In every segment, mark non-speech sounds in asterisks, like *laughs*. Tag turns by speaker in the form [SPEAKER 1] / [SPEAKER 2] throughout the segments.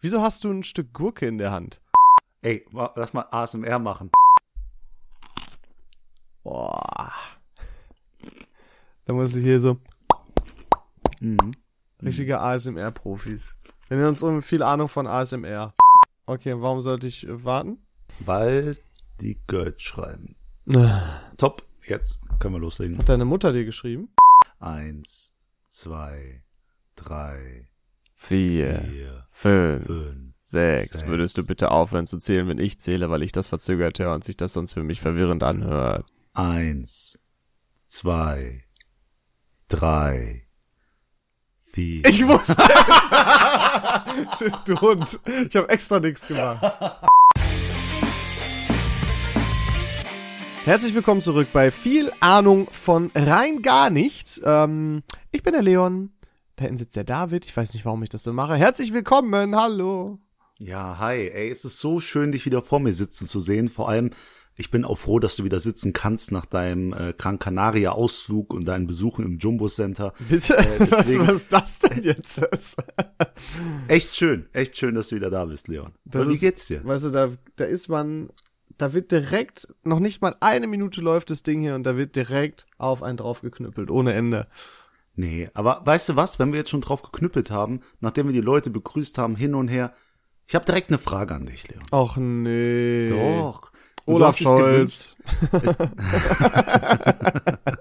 [SPEAKER 1] Wieso hast du ein Stück Gurke in der Hand?
[SPEAKER 2] Ey, wa- lass mal ASMR machen.
[SPEAKER 1] Boah. Da musst du hier so richtige ASMR-Profis. Wir nennen uns um viel Ahnung von ASMR. Okay, warum sollte ich äh, warten?
[SPEAKER 2] Weil die Girls schreiben.
[SPEAKER 1] Hat
[SPEAKER 2] Top, jetzt können wir loslegen.
[SPEAKER 1] deine Mutter dir geschrieben?
[SPEAKER 2] Eins, zwei, drei,
[SPEAKER 1] Vier,
[SPEAKER 2] vier,
[SPEAKER 1] fünf,
[SPEAKER 2] fünf.
[SPEAKER 1] sechs.
[SPEAKER 2] sechs.
[SPEAKER 1] Würdest du bitte aufhören zu zählen, wenn ich zähle, weil ich das verzögert höre und sich das sonst für mich verwirrend anhört?
[SPEAKER 2] Eins, zwei, drei, vier.
[SPEAKER 1] Ich wusste es. *laughs* du Hund. Ich habe extra nichts gemacht. Herzlich willkommen zurück bei viel Ahnung von rein gar nichts. Ähm, ich bin der Leon. Da hinten sitzt der David. Ich weiß nicht, warum ich das so mache. Herzlich willkommen. Hallo.
[SPEAKER 2] Ja, hi. Ey, es ist so schön, dich wieder vor mir sitzen zu sehen. Vor allem, ich bin auch froh, dass du wieder sitzen kannst nach deinem äh, Gran Canaria Ausflug und deinen Besuchen im Jumbo Center.
[SPEAKER 1] Bitte. was,
[SPEAKER 2] deswegen-
[SPEAKER 1] was ist das denn jetzt?
[SPEAKER 2] Echt schön, echt schön, dass du wieder da bist, Leon.
[SPEAKER 1] Das
[SPEAKER 2] und wie
[SPEAKER 1] ist-
[SPEAKER 2] geht's dir?
[SPEAKER 1] Weißt du, da, da ist man, da wird direkt, noch nicht mal eine Minute läuft das Ding hier und da wird direkt auf einen draufgeknüppelt, ohne Ende.
[SPEAKER 2] Nee, aber weißt du was, wenn wir jetzt schon drauf geknüppelt haben, nachdem wir die Leute begrüßt haben, hin und her, ich habe direkt eine Frage an dich, Leon.
[SPEAKER 1] Ach nee.
[SPEAKER 2] Doch. Und du
[SPEAKER 1] Olaf
[SPEAKER 2] hast es gewünscht. Ähm,
[SPEAKER 1] Scholz. *laughs*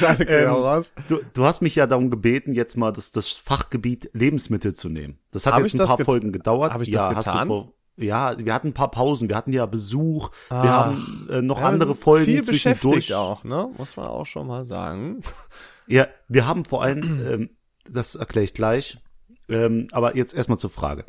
[SPEAKER 1] Danke, genau was.
[SPEAKER 2] Du, du hast mich ja darum gebeten, jetzt mal das, das Fachgebiet Lebensmittel zu nehmen. Das hat
[SPEAKER 1] Hab
[SPEAKER 2] jetzt
[SPEAKER 1] ich
[SPEAKER 2] ein
[SPEAKER 1] das
[SPEAKER 2] paar
[SPEAKER 1] get-
[SPEAKER 2] Folgen gedauert.
[SPEAKER 1] hab ich
[SPEAKER 2] ja,
[SPEAKER 1] das
[SPEAKER 2] Hast du
[SPEAKER 1] getan?
[SPEAKER 2] vor, ja, wir hatten ein paar Pausen. Wir hatten ja Besuch.
[SPEAKER 1] Ach.
[SPEAKER 2] wir haben äh, noch
[SPEAKER 1] Ah. Ja, wir
[SPEAKER 2] andere
[SPEAKER 1] sind
[SPEAKER 2] Folgen
[SPEAKER 1] Viel
[SPEAKER 2] zwischendurch.
[SPEAKER 1] beschäftigt auch, ne? Muss man auch schon mal sagen.
[SPEAKER 2] Ja, wir haben vor allem, ähm, das erkläre ich gleich. Ähm, aber jetzt erstmal zur Frage.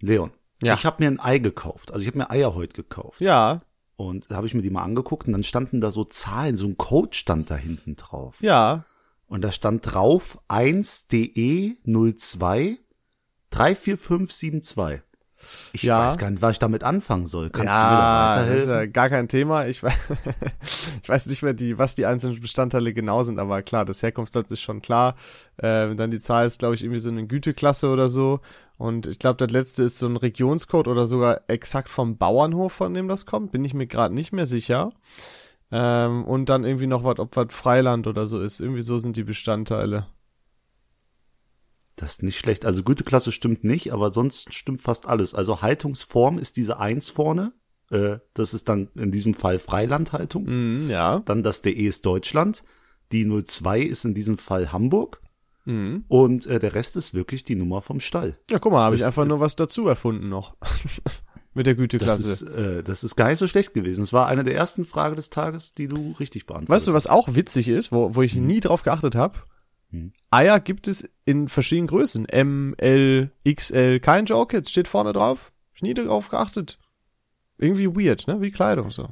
[SPEAKER 2] Leon,
[SPEAKER 1] Ja.
[SPEAKER 2] ich habe mir ein Ei gekauft. Also ich habe mir Eier heute gekauft.
[SPEAKER 1] Ja,
[SPEAKER 2] Und da habe ich mir die mal angeguckt und dann standen da so Zahlen, so ein Code stand da hinten drauf.
[SPEAKER 1] ja.
[SPEAKER 2] Und da stand drauf E 1DE02 34572. Ich
[SPEAKER 1] Ja.
[SPEAKER 2] weiß gar nicht, was ich damit anfangen soll. Kannst
[SPEAKER 1] ja,
[SPEAKER 2] du mir da
[SPEAKER 1] das ist ja
[SPEAKER 2] weiterhelfen?
[SPEAKER 1] gar kein Thema. Ich, we- *laughs* ich weiß nicht mehr, die, was die einzelnen Bestandteile genau sind, aber klar, das Herkunftsland ist schon klar. Ähm, dann die Zahl ist, glaube ich, irgendwie so eine Güteklasse oder so. Und ich glaube, das letzte ist so ein Regionscode oder sogar exakt vom Bauernhof, von dem das kommt. Bin ich mir gerade nicht mehr sicher. Ähm, und dann irgendwie noch was, ob was Freiland oder so ist. Irgendwie so sind die Bestandteile.
[SPEAKER 2] Das ist nicht schlecht. Also Güteklasse stimmt nicht, aber sonst stimmt fast alles. Also Haltungsform ist diese 1 vorne. Äh, das ist dann in diesem Fall Freilandhaltung.
[SPEAKER 1] Mhm, ja.
[SPEAKER 2] Dann das DE ist Deutschland. Die 02 ist in diesem Fall Hamburg.
[SPEAKER 1] Mhm.
[SPEAKER 2] Und äh, der Rest ist wirklich die Nummer vom Stall.
[SPEAKER 1] Ja, guck mal, habe ich
[SPEAKER 2] Das-
[SPEAKER 1] einfach nur was dazu erfunden noch. *laughs* Mit der
[SPEAKER 2] Das
[SPEAKER 1] Güteklasse.
[SPEAKER 2] ist, äh, das ist gar nicht so schlecht gewesen. Es war eine der ersten Fragen des Tages, die du richtig beantwortet
[SPEAKER 1] Weißt du, was auch witzig ist, wo, wo ich
[SPEAKER 2] Mhm.
[SPEAKER 1] nie drauf geachtet habe?
[SPEAKER 2] Hm.
[SPEAKER 1] Eier gibt es in verschiedenen Größen. M, L, XL, kein Joke, jetzt steht vorne drauf. Ich nie drauf geachtet. Irgendwie weird, ne? Wie Kleidung so.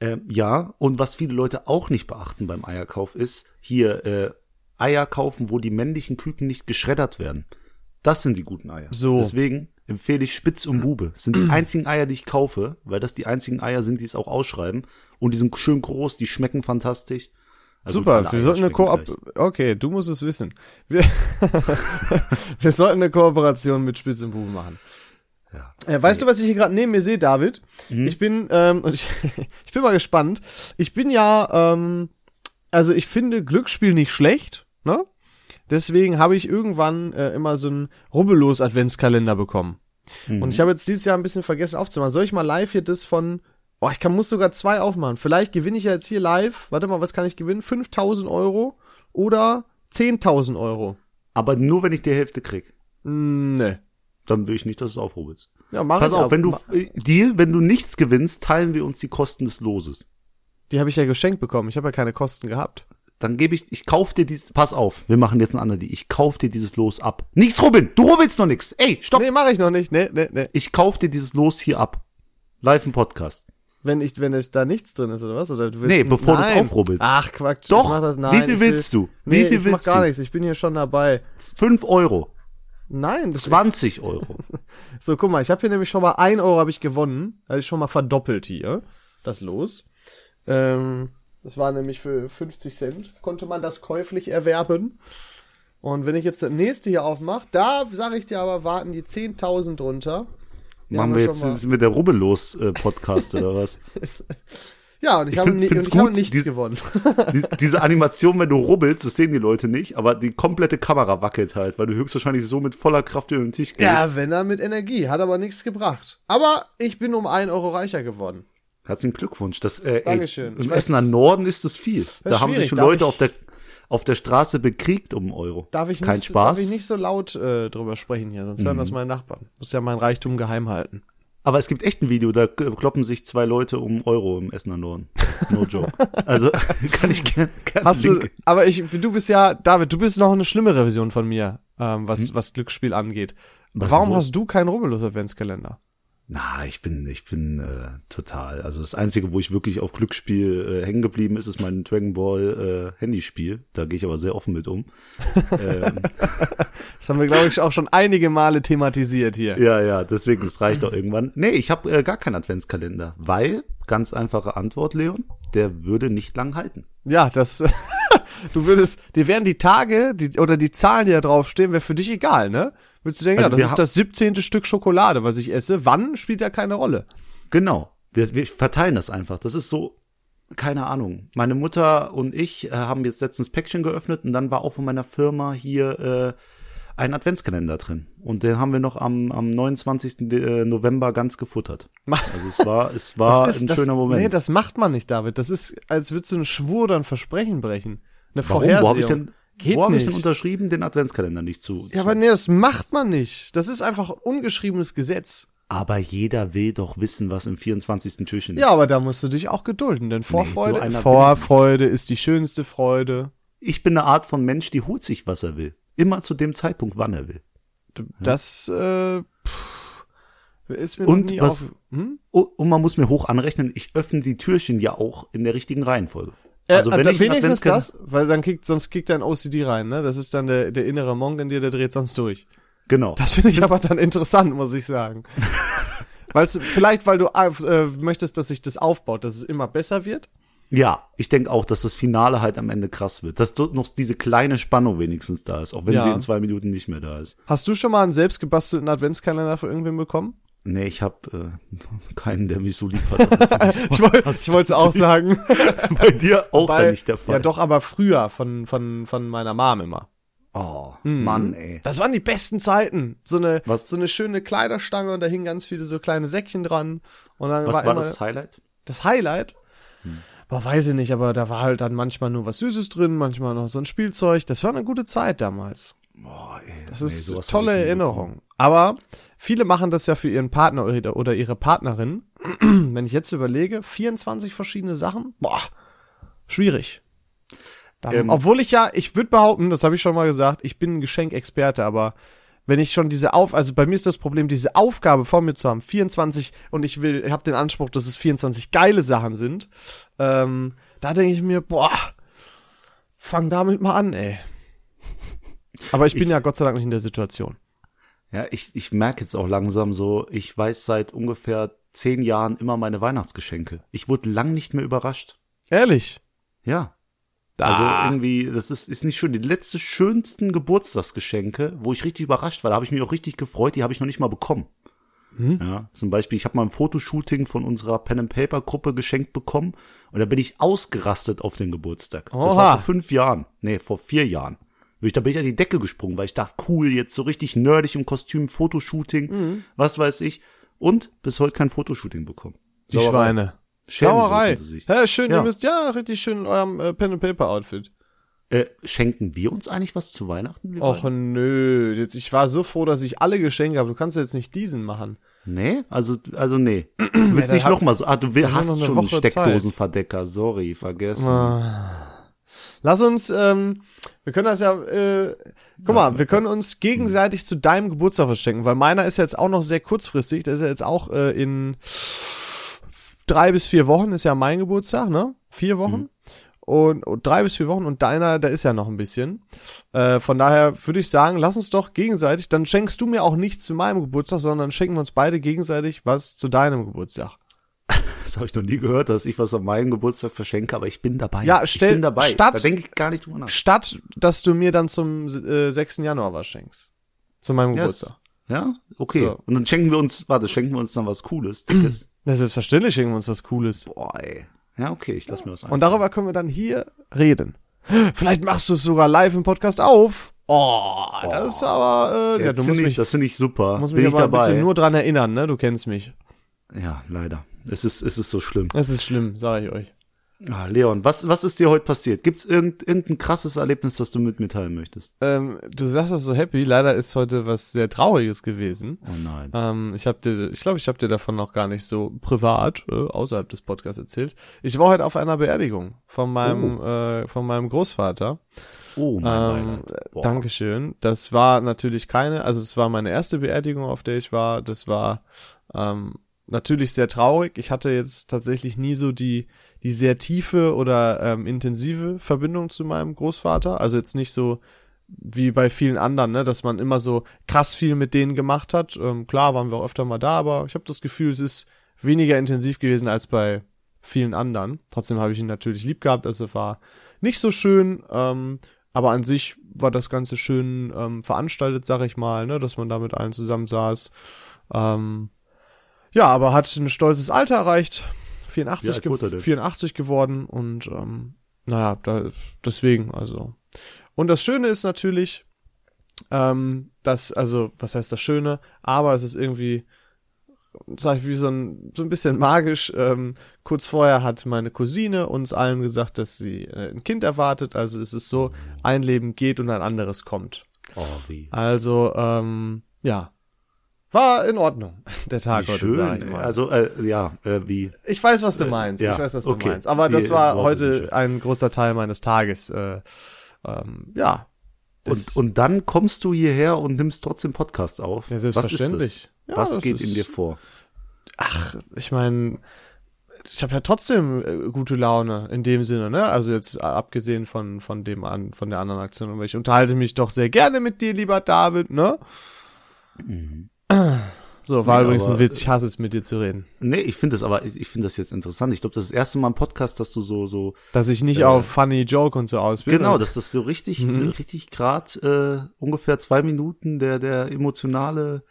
[SPEAKER 2] Ähm, ja, und was viele Leute auch nicht beachten beim Eierkauf ist, hier äh, Eier kaufen, wo die männlichen Küken nicht geschreddert werden. Das sind die guten Eier.
[SPEAKER 1] So.
[SPEAKER 2] Deswegen empfehle ich Spitz und Bube.
[SPEAKER 1] *clears throat*
[SPEAKER 2] Das sind die einzigen Eier, die ich kaufe, weil das die einzigen Eier sind, die es auch ausschreiben. Und die sind schön groß, die schmecken fantastisch. Also gut, alle
[SPEAKER 1] Super, wir
[SPEAKER 2] Eier
[SPEAKER 1] sollten eine
[SPEAKER 2] schmecken
[SPEAKER 1] Koop.
[SPEAKER 2] gleich.
[SPEAKER 1] Okay, du musst es wissen. Wir, *laughs* wir sollten eine Kooperation mit Spitz und Buben machen.
[SPEAKER 2] Ja.
[SPEAKER 1] Äh, weißt du, was ich hier gerade neben mir sehe, David?
[SPEAKER 2] Mhm.
[SPEAKER 1] Ich bin, ähm, und ich, *laughs* ich bin mal gespannt. Ich bin ja, ähm, also ich finde Glücksspiel nicht schlecht, ne? Deswegen habe ich irgendwann äh, immer so einen rubbellos Adventskalender bekommen.
[SPEAKER 2] Mhm.
[SPEAKER 1] Und ich habe jetzt dieses Jahr ein bisschen vergessen aufzumachen. Soll ich mal live hier das von, oh, ich kann, muss sogar zwei aufmachen. Vielleicht gewinne ich ja jetzt hier live, warte mal, was kann ich gewinnen? 5000 Euro oder 10.000 Euro?
[SPEAKER 2] Aber nur, wenn ich die Hälfte krieg.
[SPEAKER 1] Mm, Ne.
[SPEAKER 2] Dann will ich nicht, dass du es aufhobelst.
[SPEAKER 1] Ja, mach
[SPEAKER 2] Pass
[SPEAKER 1] ich
[SPEAKER 2] auf,
[SPEAKER 1] aber.
[SPEAKER 2] wenn du äh, Deal, wenn du nichts gewinnst, teilen wir uns die Kosten des Loses.
[SPEAKER 1] Die habe ich ja geschenkt bekommen. Ich habe ja keine Kosten gehabt.
[SPEAKER 2] dann gebe ich, ich kauf dir dieses, pass auf, wir machen jetzt einen anderen Deal, ich kauf dir dieses Los ab. Nix, Robin, du rubbelst noch nix. Ey, stopp,
[SPEAKER 1] Nee, mache ich noch nicht. Nee, nee, nee.
[SPEAKER 2] ich kauf dir dieses Los hier ab. Live im Podcast.
[SPEAKER 1] Wenn ich, wenn ich da nichts drin ist, oder was? Oder du willst,
[SPEAKER 2] Nee, bevor du es
[SPEAKER 1] Nein.
[SPEAKER 2] aufrubbelst.
[SPEAKER 1] Ach, Quatsch.
[SPEAKER 2] Doch.
[SPEAKER 1] Ich mach das, nein,
[SPEAKER 2] Wie viel
[SPEAKER 1] ich will-
[SPEAKER 2] willst du?
[SPEAKER 1] Nee,
[SPEAKER 2] Wie viel
[SPEAKER 1] ich
[SPEAKER 2] willst
[SPEAKER 1] mach gar
[SPEAKER 2] du?
[SPEAKER 1] nichts. Ich bin hier schon dabei.
[SPEAKER 2] Fünf Euro,
[SPEAKER 1] Nein, das
[SPEAKER 2] 20
[SPEAKER 1] *laughs*
[SPEAKER 2] Euro.
[SPEAKER 1] So, guck mal, ich habe hier nämlich schon mal 1 Euro habe ich gewonnen. Also ich schon mal verdoppelt hier. Das Los. Ähm, das war nämlich für 50 Cent. Konnte man das käuflich erwerben. Und wenn ich jetzt das nächste hier aufmache, da sage ich dir aber, warten die 10.000 drunter. Die
[SPEAKER 2] Machen
[SPEAKER 1] haben
[SPEAKER 2] wir
[SPEAKER 1] schon
[SPEAKER 2] jetzt
[SPEAKER 1] mal-
[SPEAKER 2] sind wir der Rubbellos äh, Podcast
[SPEAKER 1] *laughs*
[SPEAKER 2] oder was?
[SPEAKER 1] Ja, und ich,
[SPEAKER 2] Ich
[SPEAKER 1] habe,
[SPEAKER 2] find-
[SPEAKER 1] ni und
[SPEAKER 2] find's
[SPEAKER 1] ich habe
[SPEAKER 2] gut,
[SPEAKER 1] nichts
[SPEAKER 2] dies-
[SPEAKER 1] gewonnen.
[SPEAKER 2] Dies, diese Animation, wenn du rubbelst, das sehen die Leute nicht, aber die komplette Kamera wackelt halt, weil du höchstwahrscheinlich so mit voller Kraft über den Tisch gehst.
[SPEAKER 1] Ja, wenn er mit Energie, hat aber nichts gebracht. Aber ich bin um 1 Euro reicher geworden.
[SPEAKER 2] Herzlichen Glückwunsch. Das, äh, ey,
[SPEAKER 1] Dankeschön. Ich
[SPEAKER 2] Im
[SPEAKER 1] weiß-
[SPEAKER 2] Essener Norden ist das viel. da haben
[SPEAKER 1] schwierig,
[SPEAKER 2] sich schon
[SPEAKER 1] darf
[SPEAKER 2] Leute
[SPEAKER 1] ich-
[SPEAKER 2] auf der, auf der Straße bekriegt um einen Euro.
[SPEAKER 1] Darf ich,
[SPEAKER 2] Kein
[SPEAKER 1] nicht,
[SPEAKER 2] Spaß. Mhm.
[SPEAKER 1] darf ich nicht so laut äh, drüber sprechen hier, sonst hören das meine Nachbarn. Muss ja mein Reichtum geheim halten.
[SPEAKER 2] Aber es gibt echt ein Video, da k- kloppen sich zwei Leute um einen Euro im Essener Norden. No
[SPEAKER 1] *laughs*
[SPEAKER 2] joke. also *laughs* kann ich gerne gern
[SPEAKER 1] Hast du, aber ich, du bist ja, David, du bist noch eine schlimmere Version von mir, ähm, was, was Glücksspiel angeht. Warum
[SPEAKER 2] Hm? denn?
[SPEAKER 1] hast du keinen Rubbellos Adventskalender?
[SPEAKER 2] Na, ich bin, ich bin äh, total. Also das Einzige, wo ich wirklich auf Glücksspiel äh, hängen geblieben ist, ist mein Dragon Ball äh, Handyspiel. Da gehe ich aber sehr offen mit um.
[SPEAKER 1] Das haben wir, glaube ich, auch schon einige Male thematisiert hier.
[SPEAKER 2] Ja, ja, deswegen, es reicht doch irgendwann. Nee, ich habe äh, gar keinen Adventskalender, weil, ganz einfache Antwort, Leon, der würde nicht lang halten.
[SPEAKER 1] Ja, das, *laughs* du würdest, dir wären die Tage die, oder die Zahlen, die da draufstehen, wäre für dich egal, ne? Würdest du denken,
[SPEAKER 2] Also
[SPEAKER 1] ja,
[SPEAKER 2] wir
[SPEAKER 1] das ist
[SPEAKER 2] ha-
[SPEAKER 1] das 17. Stück Schokolade, was ich esse. Wann spielt ja keine Rolle.
[SPEAKER 2] Genau. Wir, wir verteilen das einfach. Das ist so, keine Ahnung. Meine Mutter und ich äh, haben jetzt letztens Päckchen geöffnet und dann war auch von meiner Firma hier äh, ein Adventskalender drin. Und den haben wir noch am, am 29. De- äh, November ganz gefuttert. Also es war, es war ein
[SPEAKER 1] das,
[SPEAKER 2] schöner Moment.
[SPEAKER 1] Nee, das macht man nicht, David. Das ist, als würdest du einen Schwur oder ein Versprechen brechen. Eine
[SPEAKER 2] Warum?
[SPEAKER 1] Vorhersehung.
[SPEAKER 2] Wo habe ich denn,
[SPEAKER 1] Geht
[SPEAKER 2] wo habe ich
[SPEAKER 1] nicht.
[SPEAKER 2] denn unterschrieben, den Adventskalender nicht zu?
[SPEAKER 1] Ja,
[SPEAKER 2] zu
[SPEAKER 1] aber nee, das macht man nicht. Das ist einfach ein ungeschriebenes Gesetz.
[SPEAKER 2] Aber jeder will doch wissen, was im 24. Türchen ist.
[SPEAKER 1] Ja, aber da musst du dich auch gedulden, denn Vorfreude,
[SPEAKER 2] so einer bin ich
[SPEAKER 1] Vorfreude ist die schönste Freude.
[SPEAKER 2] Ich bin eine Art von Mensch, die holt sich, was er will. Immer zu dem Zeitpunkt, wann er will.
[SPEAKER 1] D- Das äh, pff, ist mir
[SPEAKER 2] Und
[SPEAKER 1] noch nie
[SPEAKER 2] was-
[SPEAKER 1] auf. Hm?
[SPEAKER 2] Oh, Und man muss mir hoch anrechnen, ich öffne die Türchen ja auch in der richtigen Reihenfolge.
[SPEAKER 1] Äh, also
[SPEAKER 2] wenn ich einen
[SPEAKER 1] wenigstens
[SPEAKER 2] Adventskalender-
[SPEAKER 1] das, weil dann kickt, sonst kickt dein OCD rein, ne? Das ist dann der, der innere Monk in dir, der dreht sonst durch.
[SPEAKER 2] Genau.
[SPEAKER 1] Das finde ich aber dann interessant, muss ich sagen.
[SPEAKER 2] *laughs*
[SPEAKER 1] Weil's, vielleicht, weil du äh, möchtest, dass sich das aufbaut, dass es immer besser wird.
[SPEAKER 2] ja, ich denke auch, dass das Finale halt am Ende krass wird. Dass dort noch diese kleine Spannung wenigstens da ist, auch wenn
[SPEAKER 1] Ja.
[SPEAKER 2] sie in zwei Minuten nicht mehr da ist.
[SPEAKER 1] Hast du schon mal einen selbstgebastelten Adventskalender von irgendwem
[SPEAKER 2] *laughs*
[SPEAKER 1] bekommen?
[SPEAKER 2] Nee, ich habe äh, *laughs* keinen, der mich so lieb hat. Also,
[SPEAKER 1] Ich wollte es auch sagen.
[SPEAKER 2] *laughs* Bei dir *laughs* auch dann nicht der Fall.
[SPEAKER 1] Ja, doch, aber früher von, von, von meiner Mom immer.
[SPEAKER 2] Oh,
[SPEAKER 1] Hm.
[SPEAKER 2] Mann, ey.
[SPEAKER 1] Das waren die besten Zeiten. So eine,
[SPEAKER 2] Was-
[SPEAKER 1] so eine schöne Kleiderstange und da hingen ganz viele so kleine Säckchen dran. Und dann
[SPEAKER 2] Was
[SPEAKER 1] war,
[SPEAKER 2] war
[SPEAKER 1] immer
[SPEAKER 2] das Hm. Highlight?
[SPEAKER 1] das Highlight. Boah, weiß ich nicht, aber da war halt dann manchmal nur was Süßes drin, manchmal noch so ein Spielzeug. Das war eine gute Zeit damals.
[SPEAKER 2] Boah, ey.
[SPEAKER 1] Das ist eine tolle Erinnerung. Aber viele machen das ja für ihren Partner oder- oder ihre Partnerin. *clears throat* Wenn ich jetzt überlege, 24 verschiedene Sachen, boah, schwierig. Dann,
[SPEAKER 2] Ähm.
[SPEAKER 1] obwohl ich ja, ich würde behaupten, das habe ich schon mal gesagt, ich bin ein Geschenkexperte, aber wenn ich schon diese auf, also bei mir ist das Problem, diese Aufgabe vor mir zu haben, 24 und ich will, ich habe den Anspruch, dass es 24 geile Sachen sind, ähm, da denke ich mir, boah, fang damit mal an, ey. Aber ich bin
[SPEAKER 2] Ich-
[SPEAKER 1] ja Gott sei Dank nicht in der Situation.
[SPEAKER 2] Ja, ich, ich merke jetzt auch langsam so, ich weiß seit ungefähr zehn Jahren immer meine Weihnachtsgeschenke. Ich wurde lang nicht mehr überrascht.
[SPEAKER 1] Ehrlich.
[SPEAKER 2] Ja. Also irgendwie, das ist, ist nicht schön. Die letzte schönsten Geburtstagsgeschenke, wo ich richtig überrascht war, da habe ich mich auch richtig gefreut, die habe ich noch nicht mal bekommen.
[SPEAKER 1] Hm?
[SPEAKER 2] Ja, zum Beispiel, ich habe mal ein Fotoshooting von unserer Pen and Paper Gruppe geschenkt bekommen und da bin ich ausgerastet auf den Geburtstag. Das
[SPEAKER 1] Oha.
[SPEAKER 2] war vor fünf Jahren. Nee, vor vier Jahren. Wirklich, Da bin ich an die Decke gesprungen, weil ich dachte, cool, jetzt so richtig nerdig im Kostüm, Fotoshooting,
[SPEAKER 1] Mhm.
[SPEAKER 2] was weiß ich. Und bis heute kein Fotoshooting bekommen.
[SPEAKER 1] Die
[SPEAKER 2] Sauerei.
[SPEAKER 1] Schweine.
[SPEAKER 2] Schämen
[SPEAKER 1] Sauerei.
[SPEAKER 2] sollten sie sich.
[SPEAKER 1] Ja, schön, ihr
[SPEAKER 2] Ja.
[SPEAKER 1] müsst ja richtig schön in eurem äh, Pen and Paper Outfit.
[SPEAKER 2] Äh, schenken wir uns eigentlich was zu Weihnachten? wir
[SPEAKER 1] Och nö, jetzt ich war so froh, dass ich alle Geschenke habe. Du kannst jetzt nicht diesen machen.
[SPEAKER 2] Nee, also, also
[SPEAKER 1] *clears throat*
[SPEAKER 2] nee. Du willst
[SPEAKER 1] dann
[SPEAKER 2] nicht
[SPEAKER 1] hab-
[SPEAKER 2] noch mal so. Ah, du will,
[SPEAKER 1] haben wir noch
[SPEAKER 2] hast
[SPEAKER 1] eine
[SPEAKER 2] schon einen
[SPEAKER 1] Woche
[SPEAKER 2] Steckdosenverdecker. Sorry, vergessen.
[SPEAKER 1] Lass uns, ähm, wir können das ja, äh, guck mal, wir können uns gegenseitig zu deinem Geburtstag was schenken, weil meiner ist jetzt auch noch sehr kurzfristig. Der ist ja jetzt auch äh, in drei bis vier Wochen ist ja mein Geburtstag, ne? Vier Wochen. Und, und drei bis vier Wochen und deiner, da ist ja noch ein bisschen. Äh, von daher würde ich sagen, lass uns doch gegenseitig, dann schenkst du mir auch nichts zu meinem Geburtstag, sondern schenken wir uns beide gegenseitig was zu deinem Geburtstag.
[SPEAKER 2] das habe ich noch nie gehört, dass ich was an meinem Geburtstag verschenke, aber ich bin dabei.
[SPEAKER 1] Ja, stell-
[SPEAKER 2] ich bin dabei.
[SPEAKER 1] statt-
[SPEAKER 2] da denke ich gar nicht drüber nach.
[SPEAKER 1] Statt, dass du mir dann zum äh, 6. Januar was schenkst. Zu meinem
[SPEAKER 2] Ja,
[SPEAKER 1] Geburtstag.
[SPEAKER 2] ist- Ja, okay.
[SPEAKER 1] So.
[SPEAKER 2] Und dann schenken wir uns, warte, schenken wir uns dann was
[SPEAKER 1] *clears throat*
[SPEAKER 2] Cooles, Dickes.
[SPEAKER 1] Na, selbstverständlich schenken wir uns was Cooles.
[SPEAKER 2] Boah, ey. Ja, okay, ich lass mir was ein.
[SPEAKER 1] Und darüber können wir dann hier reden. Vielleicht machst du es sogar live im Podcast auf. Oh, das ist aber, äh, ja,
[SPEAKER 2] Ja,
[SPEAKER 1] du
[SPEAKER 2] das
[SPEAKER 1] musst
[SPEAKER 2] finde ich,
[SPEAKER 1] mich,
[SPEAKER 2] das finde ich super.
[SPEAKER 1] musst
[SPEAKER 2] bin
[SPEAKER 1] mich
[SPEAKER 2] ich
[SPEAKER 1] aber bitte
[SPEAKER 2] dabei.
[SPEAKER 1] nur dran erinnern, ne? Du kennst mich.
[SPEAKER 2] ja, leider. Es ist, es ist so schlimm.
[SPEAKER 1] Das ist schlimm, sage ich euch.
[SPEAKER 2] Ah, Leon, was, was ist dir heute passiert? Gibt's irgend, irgendein krasses Erlebnis, das du mit mir teilen möchtest?
[SPEAKER 1] Ähm, du sagst das so happy. Leider ist heute was sehr Trauriges gewesen.
[SPEAKER 2] Oh nein.
[SPEAKER 1] Ähm, ich habe dir, ich glaube, ich habe dir davon noch gar nicht so privat äh, außerhalb des Podcasts erzählt. Ich war heute auf einer Beerdigung von meinem, äh, von meinem Großvater.
[SPEAKER 2] Oh mein
[SPEAKER 1] Ähm,
[SPEAKER 2] Beileid. Boah.
[SPEAKER 1] Dankeschön. Das war natürlich keine, also es war meine erste Beerdigung, auf der ich war. Das war ähm, natürlich sehr traurig. Ich hatte jetzt tatsächlich nie so die, die sehr tiefe oder ähm, intensive Verbindung zu meinem Großvater. Also jetzt nicht so wie bei vielen anderen, ne, dass man immer so krass viel mit denen gemacht hat. Ähm, klar waren wir auch öfter mal da, aber ich habe das Gefühl, es ist weniger intensiv gewesen als bei vielen anderen. Trotzdem habe ich ihn natürlich lieb gehabt, also war nicht so schön, ähm, aber an sich war das Ganze schön ähm, veranstaltet, sag ich mal, ne, dass man da mit allen zusammen saß. Ähm, ja, aber hat ein stolzes Alter erreicht,
[SPEAKER 2] Wie
[SPEAKER 1] 84,
[SPEAKER 2] alt wurde er
[SPEAKER 1] ge
[SPEAKER 2] denn?
[SPEAKER 1] 84 geworden und ähm, naja, da, deswegen, also. Und das Schöne ist natürlich, ähm, dass, also, was heißt das Schöne? Aber es ist irgendwie, sag ich, wie so ein, so ein bisschen magisch. Ähm, kurz vorher hat meine Cousine uns allen gesagt, dass sie äh, ein Kind erwartet. Also es ist so, ein Leben geht und ein anderes kommt.
[SPEAKER 2] oh, wie,
[SPEAKER 1] Also, ähm, ja. War in Ordnung, *laughs* der Tag
[SPEAKER 2] wie
[SPEAKER 1] heute,
[SPEAKER 2] schön.
[SPEAKER 1] Ah, sag ich mal.
[SPEAKER 2] Also, äh, ja, äh, wie.
[SPEAKER 1] Ich weiß, was du meinst.
[SPEAKER 2] ja,
[SPEAKER 1] ich weiß, was du
[SPEAKER 2] okay. äh,
[SPEAKER 1] meinst. Aber das
[SPEAKER 2] Die
[SPEAKER 1] war
[SPEAKER 2] Worte sind
[SPEAKER 1] heute
[SPEAKER 2] schön.
[SPEAKER 1] ein großer Teil meines Tages. Äh, ähm, ja. Das-
[SPEAKER 2] Und, und dann kommst du hierher und nimmst trotzdem Podcast auf.
[SPEAKER 1] Ja, selbstverständlich.
[SPEAKER 2] Was, ist das?
[SPEAKER 1] Ja,
[SPEAKER 2] was
[SPEAKER 1] das
[SPEAKER 2] geht in
[SPEAKER 1] ist-
[SPEAKER 2] dir vor?
[SPEAKER 1] ich meine, ich habe ja trotzdem äh, gute Laune in dem Sinne, ne? Also jetzt äh, abgesehen von von dem an von der anderen Aktion, aber ich unterhalte mich doch sehr gerne mit dir, lieber David, ne? So, war
[SPEAKER 2] Mhm. Ja,
[SPEAKER 1] übrigens ein
[SPEAKER 2] aber- äh,
[SPEAKER 1] Witz, ich hasse es mit dir zu reden.
[SPEAKER 2] Nee, ich finde das aber, ich, ich finde das jetzt interessant. Ich glaube, das ist das erste Mal im Podcast, dass du so, so,
[SPEAKER 1] Dass ich nicht auf funny joke und so aus bin.
[SPEAKER 2] Äh, genau, dass das so richtig,
[SPEAKER 1] Mhm.
[SPEAKER 2] so richtig grad, äh, ungefähr zwei Minuten der, der emotionale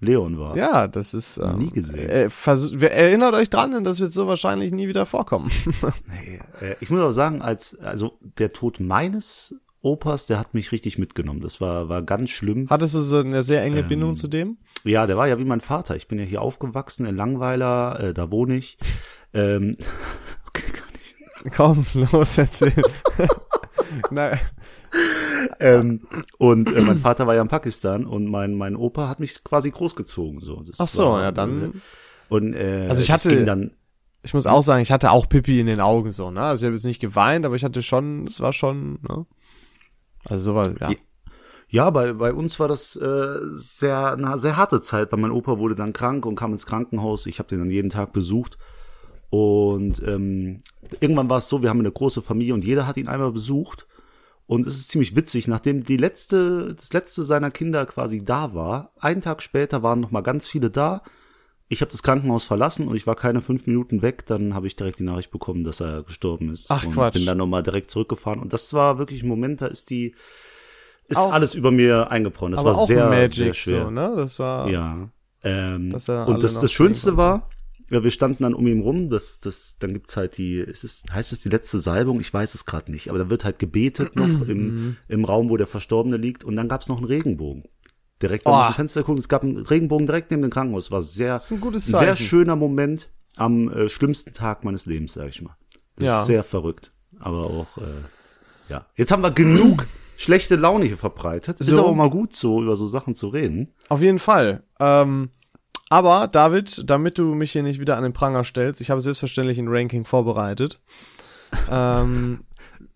[SPEAKER 2] Leon war.
[SPEAKER 1] Ja, das ist ähm,
[SPEAKER 2] Nie gesehen.
[SPEAKER 1] Äh, vers- wer- erinnert euch dran, das wird so wahrscheinlich nie wieder vorkommen. *laughs*
[SPEAKER 2] Nee, äh, ich muss auch sagen, als, also, der Tod meines Opas, der hat mich richtig mitgenommen. Das war, war ganz schlimm.
[SPEAKER 1] Hattest du so eine sehr
[SPEAKER 2] Ähm.
[SPEAKER 1] enge Bindung zu dem?
[SPEAKER 2] Ja, der war ja wie mein Vater. Ich bin ja hier aufgewachsen in Langweiler, äh, da wohne ich. Ähm, okay, gar nicht.
[SPEAKER 1] Komm, *laughs* los,
[SPEAKER 2] *laughs*
[SPEAKER 1] erzähl. Nein.
[SPEAKER 2] ähm, *clears throat* und äh, mein Vater war ja in Pakistan und mein, mein Opa hat mich quasi großgezogen. So. Das
[SPEAKER 1] Ach so,
[SPEAKER 2] war-
[SPEAKER 1] ja, dann-
[SPEAKER 2] Und, äh,
[SPEAKER 1] Also ich
[SPEAKER 2] das
[SPEAKER 1] hatte-
[SPEAKER 2] ging dann,
[SPEAKER 1] ich muss auch sagen, ich hatte auch Pippi in den Augen so, ne? Also ich habe jetzt nicht geweint, aber ich hatte schon, es war schon, ne? Also sowas, ja.
[SPEAKER 2] ja, bei, bei uns war das äh, sehr eine sehr harte Zeit, weil mein Opa wurde dann krank und kam ins Krankenhaus. Ich habe den dann jeden Tag besucht. Und ähm, irgendwann war es so, wir haben eine große Familie und jeder hat ihn einmal besucht. Und es ist ziemlich witzig, nachdem die letzte, das letzte seiner Kinder quasi da war, einen Tag später waren noch mal ganz viele da. Ich habe das Krankenhaus verlassen und ich war keine fünf Minuten weg, dann habe ich direkt die Nachricht bekommen, dass er gestorben ist.
[SPEAKER 1] Ach,
[SPEAKER 2] und
[SPEAKER 1] Quatsch.
[SPEAKER 2] Bin dann nochmal direkt zurückgefahren und das war wirklich ein Moment, da ist die, ist
[SPEAKER 1] Auch-
[SPEAKER 2] alles über mir eingebraun. Das
[SPEAKER 1] aber
[SPEAKER 2] war
[SPEAKER 1] auch
[SPEAKER 2] sehr,
[SPEAKER 1] Magic
[SPEAKER 2] sehr schwer.
[SPEAKER 1] so, ne? Das war
[SPEAKER 2] Ja. Ähm,
[SPEAKER 1] Dass er alle
[SPEAKER 2] und das,
[SPEAKER 1] noch
[SPEAKER 2] das Schönste
[SPEAKER 1] sehen
[SPEAKER 2] war, ja, wir standen dann um ihn rum, das, das, dann gibt's halt die, ist es, heißt es die letzte Salbung? Ich weiß es gerade nicht, aber da wird halt gebetet noch
[SPEAKER 1] *clears throat*
[SPEAKER 2] im,
[SPEAKER 1] Mhm.
[SPEAKER 2] im Raum, wo der Verstorbene liegt und dann gab's noch einen Regenbogen. Direkt oh.
[SPEAKER 1] Oh.
[SPEAKER 2] aus dem Fenster gucken, es gab einen Regenbogen direkt neben dem Krankenhaus, war sehr,
[SPEAKER 1] ist ein gutes
[SPEAKER 2] sehr
[SPEAKER 1] Zeichen.
[SPEAKER 2] schöner Moment am äh, schlimmsten Tag meines Lebens, sag ich mal. Das
[SPEAKER 1] Ja.
[SPEAKER 2] ist sehr verrückt, aber auch, äh, ja. Jetzt haben
[SPEAKER 1] *clears throat*
[SPEAKER 2] wir genug schlechte Laune hier verbreitet. Ist
[SPEAKER 1] So.
[SPEAKER 2] aber mal gut so, über so Sachen zu reden.
[SPEAKER 1] auf jeden Fall. Ähm, aber David, damit du mich hier nicht wieder an den Pranger stellst, ich habe selbstverständlich ein Ranking vorbereitet.
[SPEAKER 2] *laughs*
[SPEAKER 1] ähm,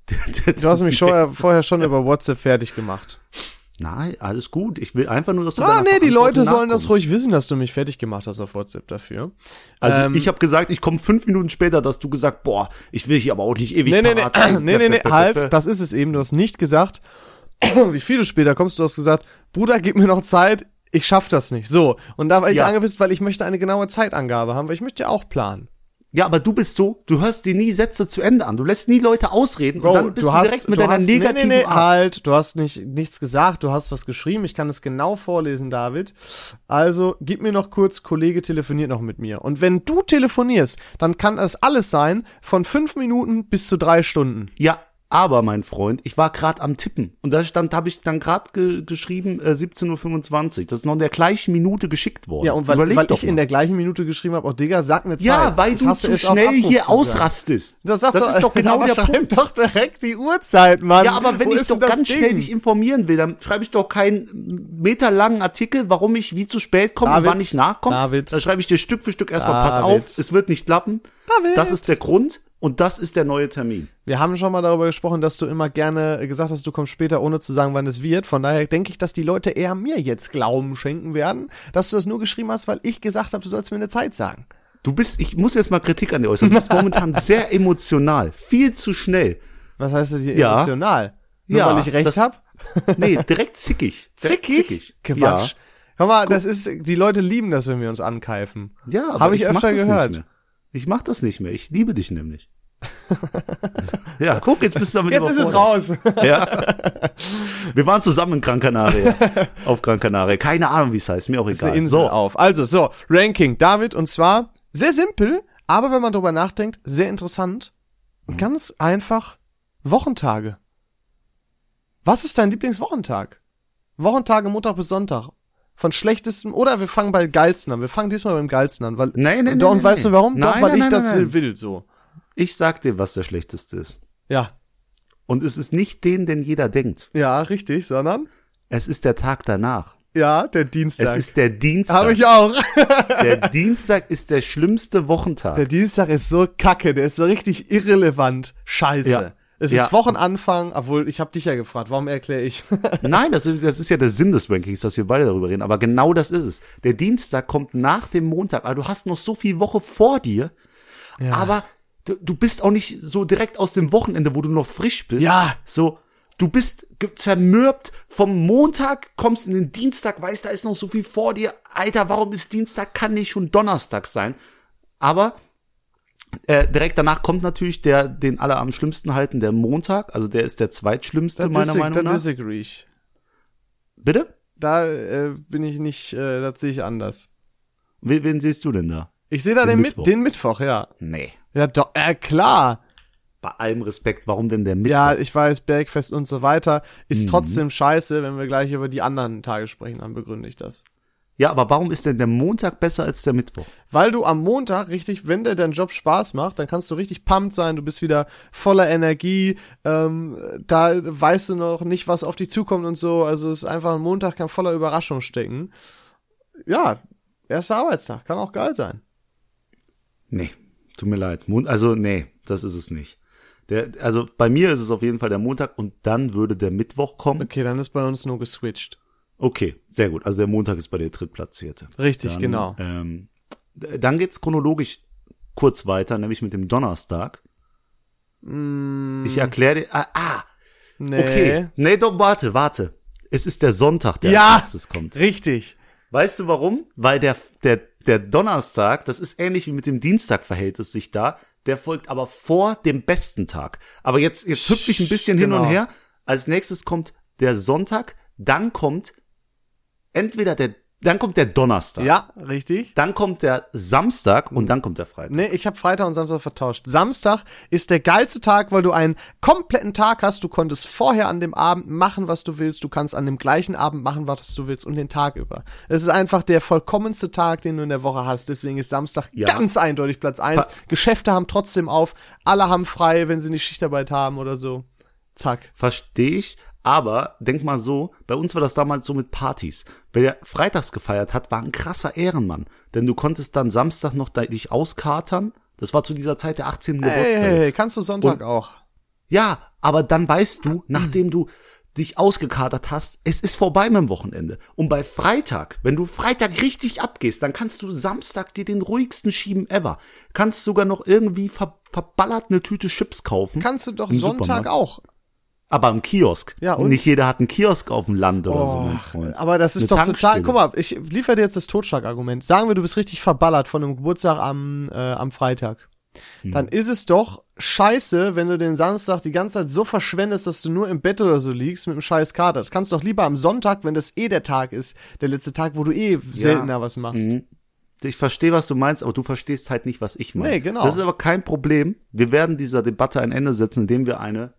[SPEAKER 1] du hast mich schon, vorher schon über WhatsApp fertig gemacht.
[SPEAKER 2] Nein, alles gut. Ich will einfach nur, dass du
[SPEAKER 1] Ah,
[SPEAKER 2] deiner
[SPEAKER 1] nee, die Leute
[SPEAKER 2] Verantwortung
[SPEAKER 1] sollen das
[SPEAKER 2] nachkommst.
[SPEAKER 1] ruhig wissen, dass du mich fertig gemacht hast auf WhatsApp dafür.
[SPEAKER 2] Also
[SPEAKER 1] Ähm,
[SPEAKER 2] ich habe gesagt, ich komme fünf Minuten später, dass du gesagt, boah, ich will hier aber auch nicht ewig
[SPEAKER 1] Nee, nee,
[SPEAKER 2] parat
[SPEAKER 1] nee, *clears throat*
[SPEAKER 2] sein.
[SPEAKER 1] nee, nee, nee, halt, das ist es eben. Du hast nicht gesagt, *clears throat* wie viel du später kommst, du hast gesagt, Bruder, gib mir noch Zeit, ich schaff das nicht. So. Und da war ich
[SPEAKER 2] Ja.
[SPEAKER 1] angepisst, weil ich möchte eine genaue Zeitangabe haben, weil ich möchte ja auch planen.
[SPEAKER 2] Ja, aber du bist so, du hörst dir nie Sätze zu Ende an. Du lässt nie Leute ausreden
[SPEAKER 1] Bro,
[SPEAKER 2] und dann bist du,
[SPEAKER 1] hast,
[SPEAKER 2] direkt mit
[SPEAKER 1] du
[SPEAKER 2] deiner
[SPEAKER 1] hast,
[SPEAKER 2] negativen
[SPEAKER 1] nee, nee, nee,
[SPEAKER 2] Art.
[SPEAKER 1] halt, du hast nicht, nichts gesagt, du hast was geschrieben, ich kann es genau vorlesen, David. Also, gib mir noch kurz, Kollege telefoniert noch mit mir. Und wenn du telefonierst, dann kann es alles sein, von fünf Minuten bis zu drei Stunden.
[SPEAKER 2] Ja, aber mein Freund, ich war gerade am Tippen und da stand, habe ich dann gerade ge geschrieben äh, 17:25 Uhr. Das ist noch in der gleichen Minute geschickt worden.
[SPEAKER 1] Ja, und weil,
[SPEAKER 2] Überleg
[SPEAKER 1] weil
[SPEAKER 2] doch
[SPEAKER 1] ich in
[SPEAKER 2] mal.
[SPEAKER 1] der gleichen Minute geschrieben habe, oh Digga, sag mir Zeit.
[SPEAKER 2] ja, weil
[SPEAKER 1] Ich
[SPEAKER 2] du
[SPEAKER 1] hasse
[SPEAKER 2] zu
[SPEAKER 1] es, auf
[SPEAKER 2] schnell
[SPEAKER 1] Abruf
[SPEAKER 2] hier
[SPEAKER 1] zu sein.
[SPEAKER 2] ausrastest.
[SPEAKER 1] Das, sagt doch, *laughs*
[SPEAKER 2] ist doch genau
[SPEAKER 1] aber
[SPEAKER 2] der
[SPEAKER 1] schreib
[SPEAKER 2] Punkt.
[SPEAKER 1] doch direkt die Uhrzeit, Mann.
[SPEAKER 2] Ja, aber wenn
[SPEAKER 1] Ähm, Wo
[SPEAKER 2] ich
[SPEAKER 1] ist denn
[SPEAKER 2] doch
[SPEAKER 1] das
[SPEAKER 2] ganz schnell
[SPEAKER 1] Ding?
[SPEAKER 2] dich informieren will, dann schreibe ich doch keinen meterlangen Artikel, warum ich wie zu spät komme und
[SPEAKER 1] David,
[SPEAKER 2] wann ich nachkomme.
[SPEAKER 1] David.
[SPEAKER 2] Dann schreibe ich dir Stück für Stück erstmal, pass
[SPEAKER 1] David.
[SPEAKER 2] auf, es wird nicht klappen.
[SPEAKER 1] David.
[SPEAKER 2] Das ist der Grund und das ist der neue Termin.
[SPEAKER 1] Wir haben schon mal darüber gesprochen, dass du immer gerne gesagt hast, du kommst später, ohne zu sagen, wann es wird. Von daher denke ich, dass die Leute eher mir jetzt Glauben schenken werden, dass du das nur geschrieben hast, weil ich gesagt habe, du sollst mir eine Zeit sagen.
[SPEAKER 2] Du bist, ich muss jetzt mal Kritik an dir äußern.
[SPEAKER 1] *laughs*
[SPEAKER 2] Du bist momentan sehr emotional, viel zu schnell.
[SPEAKER 1] Was heißt das hier
[SPEAKER 2] Ja.
[SPEAKER 1] emotional? Nur
[SPEAKER 2] Ja,
[SPEAKER 1] weil ich recht
[SPEAKER 2] das-
[SPEAKER 1] hab?
[SPEAKER 2] Nee, direkt zickig. Direkt
[SPEAKER 1] Quatsch.
[SPEAKER 2] Ja.
[SPEAKER 1] Hör mal, das ist, die Leute lieben das, wenn wir uns ankeifen.
[SPEAKER 2] Ja, aber
[SPEAKER 1] Habe ich
[SPEAKER 2] mach
[SPEAKER 1] öfter
[SPEAKER 2] das
[SPEAKER 1] gehört.
[SPEAKER 2] Nicht mehr. Ich mach das nicht mehr. Ich liebe
[SPEAKER 1] *laughs*
[SPEAKER 2] dich nämlich. ja, guck, jetzt bist du damit
[SPEAKER 1] Jetzt ist es
[SPEAKER 2] überfordert.
[SPEAKER 1] raus.
[SPEAKER 2] Ja. *laughs* Wir waren zusammen in Gran Canaria. Auf Gran Canaria. Keine Ahnung, wie es heißt. Mir auch
[SPEAKER 1] eine
[SPEAKER 2] egal.
[SPEAKER 1] Insel
[SPEAKER 2] So.
[SPEAKER 1] auf. Also, so, Ranking David und zwar sehr simpel, aber wenn man drüber nachdenkt, sehr interessant
[SPEAKER 2] Mhm.
[SPEAKER 1] und ganz einfach Wochentage. Was ist dein Lieblingswochentag? Wochentage Montag bis Sonntag. Von schlechtestem oder wir fangen bei geilsten an. Wir fangen diesmal beim geilsten an, weil
[SPEAKER 2] Nein, nein,
[SPEAKER 1] Doch, und
[SPEAKER 2] nein, nein,
[SPEAKER 1] weißt
[SPEAKER 2] nein.
[SPEAKER 1] du warum? Doch,
[SPEAKER 2] Nein,
[SPEAKER 1] weil
[SPEAKER 2] nein,
[SPEAKER 1] ich
[SPEAKER 2] nein,
[SPEAKER 1] das
[SPEAKER 2] nein.
[SPEAKER 1] will so.
[SPEAKER 2] Ich sag dir, was der schlechteste ist.
[SPEAKER 1] Ja,
[SPEAKER 2] Und es ist nicht den, den jeder denkt.
[SPEAKER 1] ja, richtig, sondern
[SPEAKER 2] Es ist der Tag danach.
[SPEAKER 1] ja, der
[SPEAKER 2] Es
[SPEAKER 1] Dienstag.
[SPEAKER 2] ist der Dienstag.
[SPEAKER 1] Habe ich auch.
[SPEAKER 2] Der Dienstag ist der schlimmste Wochentag.
[SPEAKER 1] Der Dienstag ist so kacke, der ist so richtig irrelevant. Scheiße.
[SPEAKER 2] Ja.
[SPEAKER 1] Es
[SPEAKER 2] Ja.
[SPEAKER 1] ist Wochenanfang, obwohl ich habe dich ja gefragt, warum erkläre ich?
[SPEAKER 2] Nein, das ist, das ist ja der Sinn des Rankings, dass wir beide darüber reden. Aber genau das ist es. Der Dienstag kommt nach dem Montag. Also du hast noch so viel Woche vor dir. Aber du, du bist auch nicht so direkt aus dem Wochenende, wo du noch frisch bist.
[SPEAKER 1] Ja.
[SPEAKER 2] So, du bist ge- zermürbt vom Montag, kommst in den Dienstag, weißt, da ist noch so viel vor dir. Alter, warum ist Dienstag? Kann nicht schon Donnerstag sein. Aber äh, direkt danach kommt natürlich der, den alle am schlimmsten halten, der Montag. Also der ist der zweitschlimmste,
[SPEAKER 1] *laughs*
[SPEAKER 2] meiner
[SPEAKER 1] Dis- da
[SPEAKER 2] Meinung nach.
[SPEAKER 1] disagree ich.
[SPEAKER 2] Bitte?
[SPEAKER 1] Da äh, bin ich nicht, äh, das sehe ich anders.
[SPEAKER 2] Wen, wen siehst du denn da?
[SPEAKER 1] Ich sehe da den,
[SPEAKER 2] Den
[SPEAKER 1] Mittwoch.
[SPEAKER 2] Mittwoch.
[SPEAKER 1] den Mittwoch, ja.
[SPEAKER 2] Nee.
[SPEAKER 1] Ja, doch, äh, klar.
[SPEAKER 2] Bei allem Respekt, warum denn der Mittwoch?
[SPEAKER 1] Ja, ich weiß, Bergfest und so weiter. Ist trotzdem scheiße, wenn wir gleich über die anderen Tage sprechen, dann begründe ich das.
[SPEAKER 2] ja, aber warum ist denn der Montag besser als der Mittwoch?
[SPEAKER 1] Weil du am Montag richtig, wenn dir dein Job Spaß macht, dann kannst du richtig pumped sein, du bist wieder voller Energie, ähm, da weißt du noch nicht, was auf dich zukommt und so. Also es ist einfach ein Montag, kann voller Überraschung stecken. Ja, erster Arbeitstag, kann auch geil sein.
[SPEAKER 2] Nee, tut mir leid. Mon also, nee, das ist es nicht. Der, also bei mir ist es auf jeden Fall der Montag und dann würde der Mittwoch kommen.
[SPEAKER 1] Okay, dann ist bei uns nur geswitcht.
[SPEAKER 2] Okay, sehr gut. Also der Montag ist bei der Drittplatzierte.
[SPEAKER 1] Richtig,
[SPEAKER 2] Dann,
[SPEAKER 1] genau.
[SPEAKER 2] Ähm, d- dann geht's chronologisch kurz weiter, nämlich mit dem Donnerstag. Ich erkläre dir. Ah, ah
[SPEAKER 1] Nee.
[SPEAKER 2] okay. Nee, doch, warte, warte. Es ist der Sonntag, der
[SPEAKER 1] Ja.
[SPEAKER 2] als erstes kommt.
[SPEAKER 1] Richtig.
[SPEAKER 2] Weißt du warum? Weil der, der, der Donnerstag, das ist ähnlich wie mit dem Dienstag verhält es sich da, der folgt aber vor dem besten Tag. Aber jetzt, jetzt hüpfe ich ein bisschen hin
[SPEAKER 1] Genau.
[SPEAKER 2] und her. Als nächstes kommt der Sonntag, dann kommt entweder der, dann kommt der Donnerstag,
[SPEAKER 1] Ja, Mhm. richtig.
[SPEAKER 2] dann kommt der Samstag und dann kommt der Freitag.
[SPEAKER 1] Nee, ich habe Freitag und Samstag vertauscht. Samstag ist der geilste Tag, weil du einen kompletten Tag hast. Du konntest vorher an dem Abend machen, was du willst. Du kannst an dem gleichen Abend machen, was du willst und den Tag über. Es ist einfach der vollkommenste Tag, den du in der Woche hast. Deswegen ist Samstag
[SPEAKER 2] Ja.
[SPEAKER 1] ganz eindeutig Platz eins.
[SPEAKER 2] Ver-
[SPEAKER 1] Geschäfte haben trotzdem auf. Alle haben frei, wenn sie nicht Schichtarbeit haben oder so. Zack.
[SPEAKER 2] Verstehe ich. Aber denk mal so, bei uns war das damals so mit Partys. Wer freitags gefeiert hat, war ein krasser Ehrenmann. Denn du konntest dann Samstag noch de- dich auskatern. Das war zu dieser Zeit der 18.
[SPEAKER 1] Hey,
[SPEAKER 2] Geburtstag.
[SPEAKER 1] kannst du Sonntag auch.
[SPEAKER 2] Ja, aber dann weißt du, nachdem du dich ausgekatert hast, es ist vorbei mit dem Wochenende. Und bei Freitag, wenn du Freitag richtig abgehst, dann kannst du Samstag dir den ruhigsten schieben ever. Kannst sogar noch irgendwie ver verballert eine Tüte Chips kaufen.
[SPEAKER 1] Kannst du doch
[SPEAKER 2] Im
[SPEAKER 1] Sonntag
[SPEAKER 2] Supermarkt.
[SPEAKER 1] auch.
[SPEAKER 2] Aber im Kiosk.
[SPEAKER 1] Ja, und?
[SPEAKER 2] Nicht jeder hat einen Kiosk auf dem Land oder so, mein
[SPEAKER 1] Och,
[SPEAKER 2] Freund.
[SPEAKER 1] aber das ist
[SPEAKER 2] Eine
[SPEAKER 1] doch total.
[SPEAKER 2] Tankstelle.
[SPEAKER 1] Guck mal, ich liefere dir jetzt das Totschlagargument. Sagen wir, du bist richtig verballert von einem Geburtstag am, äh, am Freitag. dann ist es doch scheiße, wenn du den Samstag die ganze Zeit so verschwendest, dass du nur im Bett oder so liegst mit einem scheiß Kater. Das kannst du doch lieber am Sonntag, wenn das eh der Tag ist, der letzte Tag, wo du eh seltener was machst.
[SPEAKER 2] Mhm. Ich verstehe, was du meinst, aber du verstehst halt nicht, was ich meine.
[SPEAKER 1] Nee, genau.
[SPEAKER 2] Das ist aber kein Problem. Wir werden dieser Debatte ein Ende setzen, indem wir eine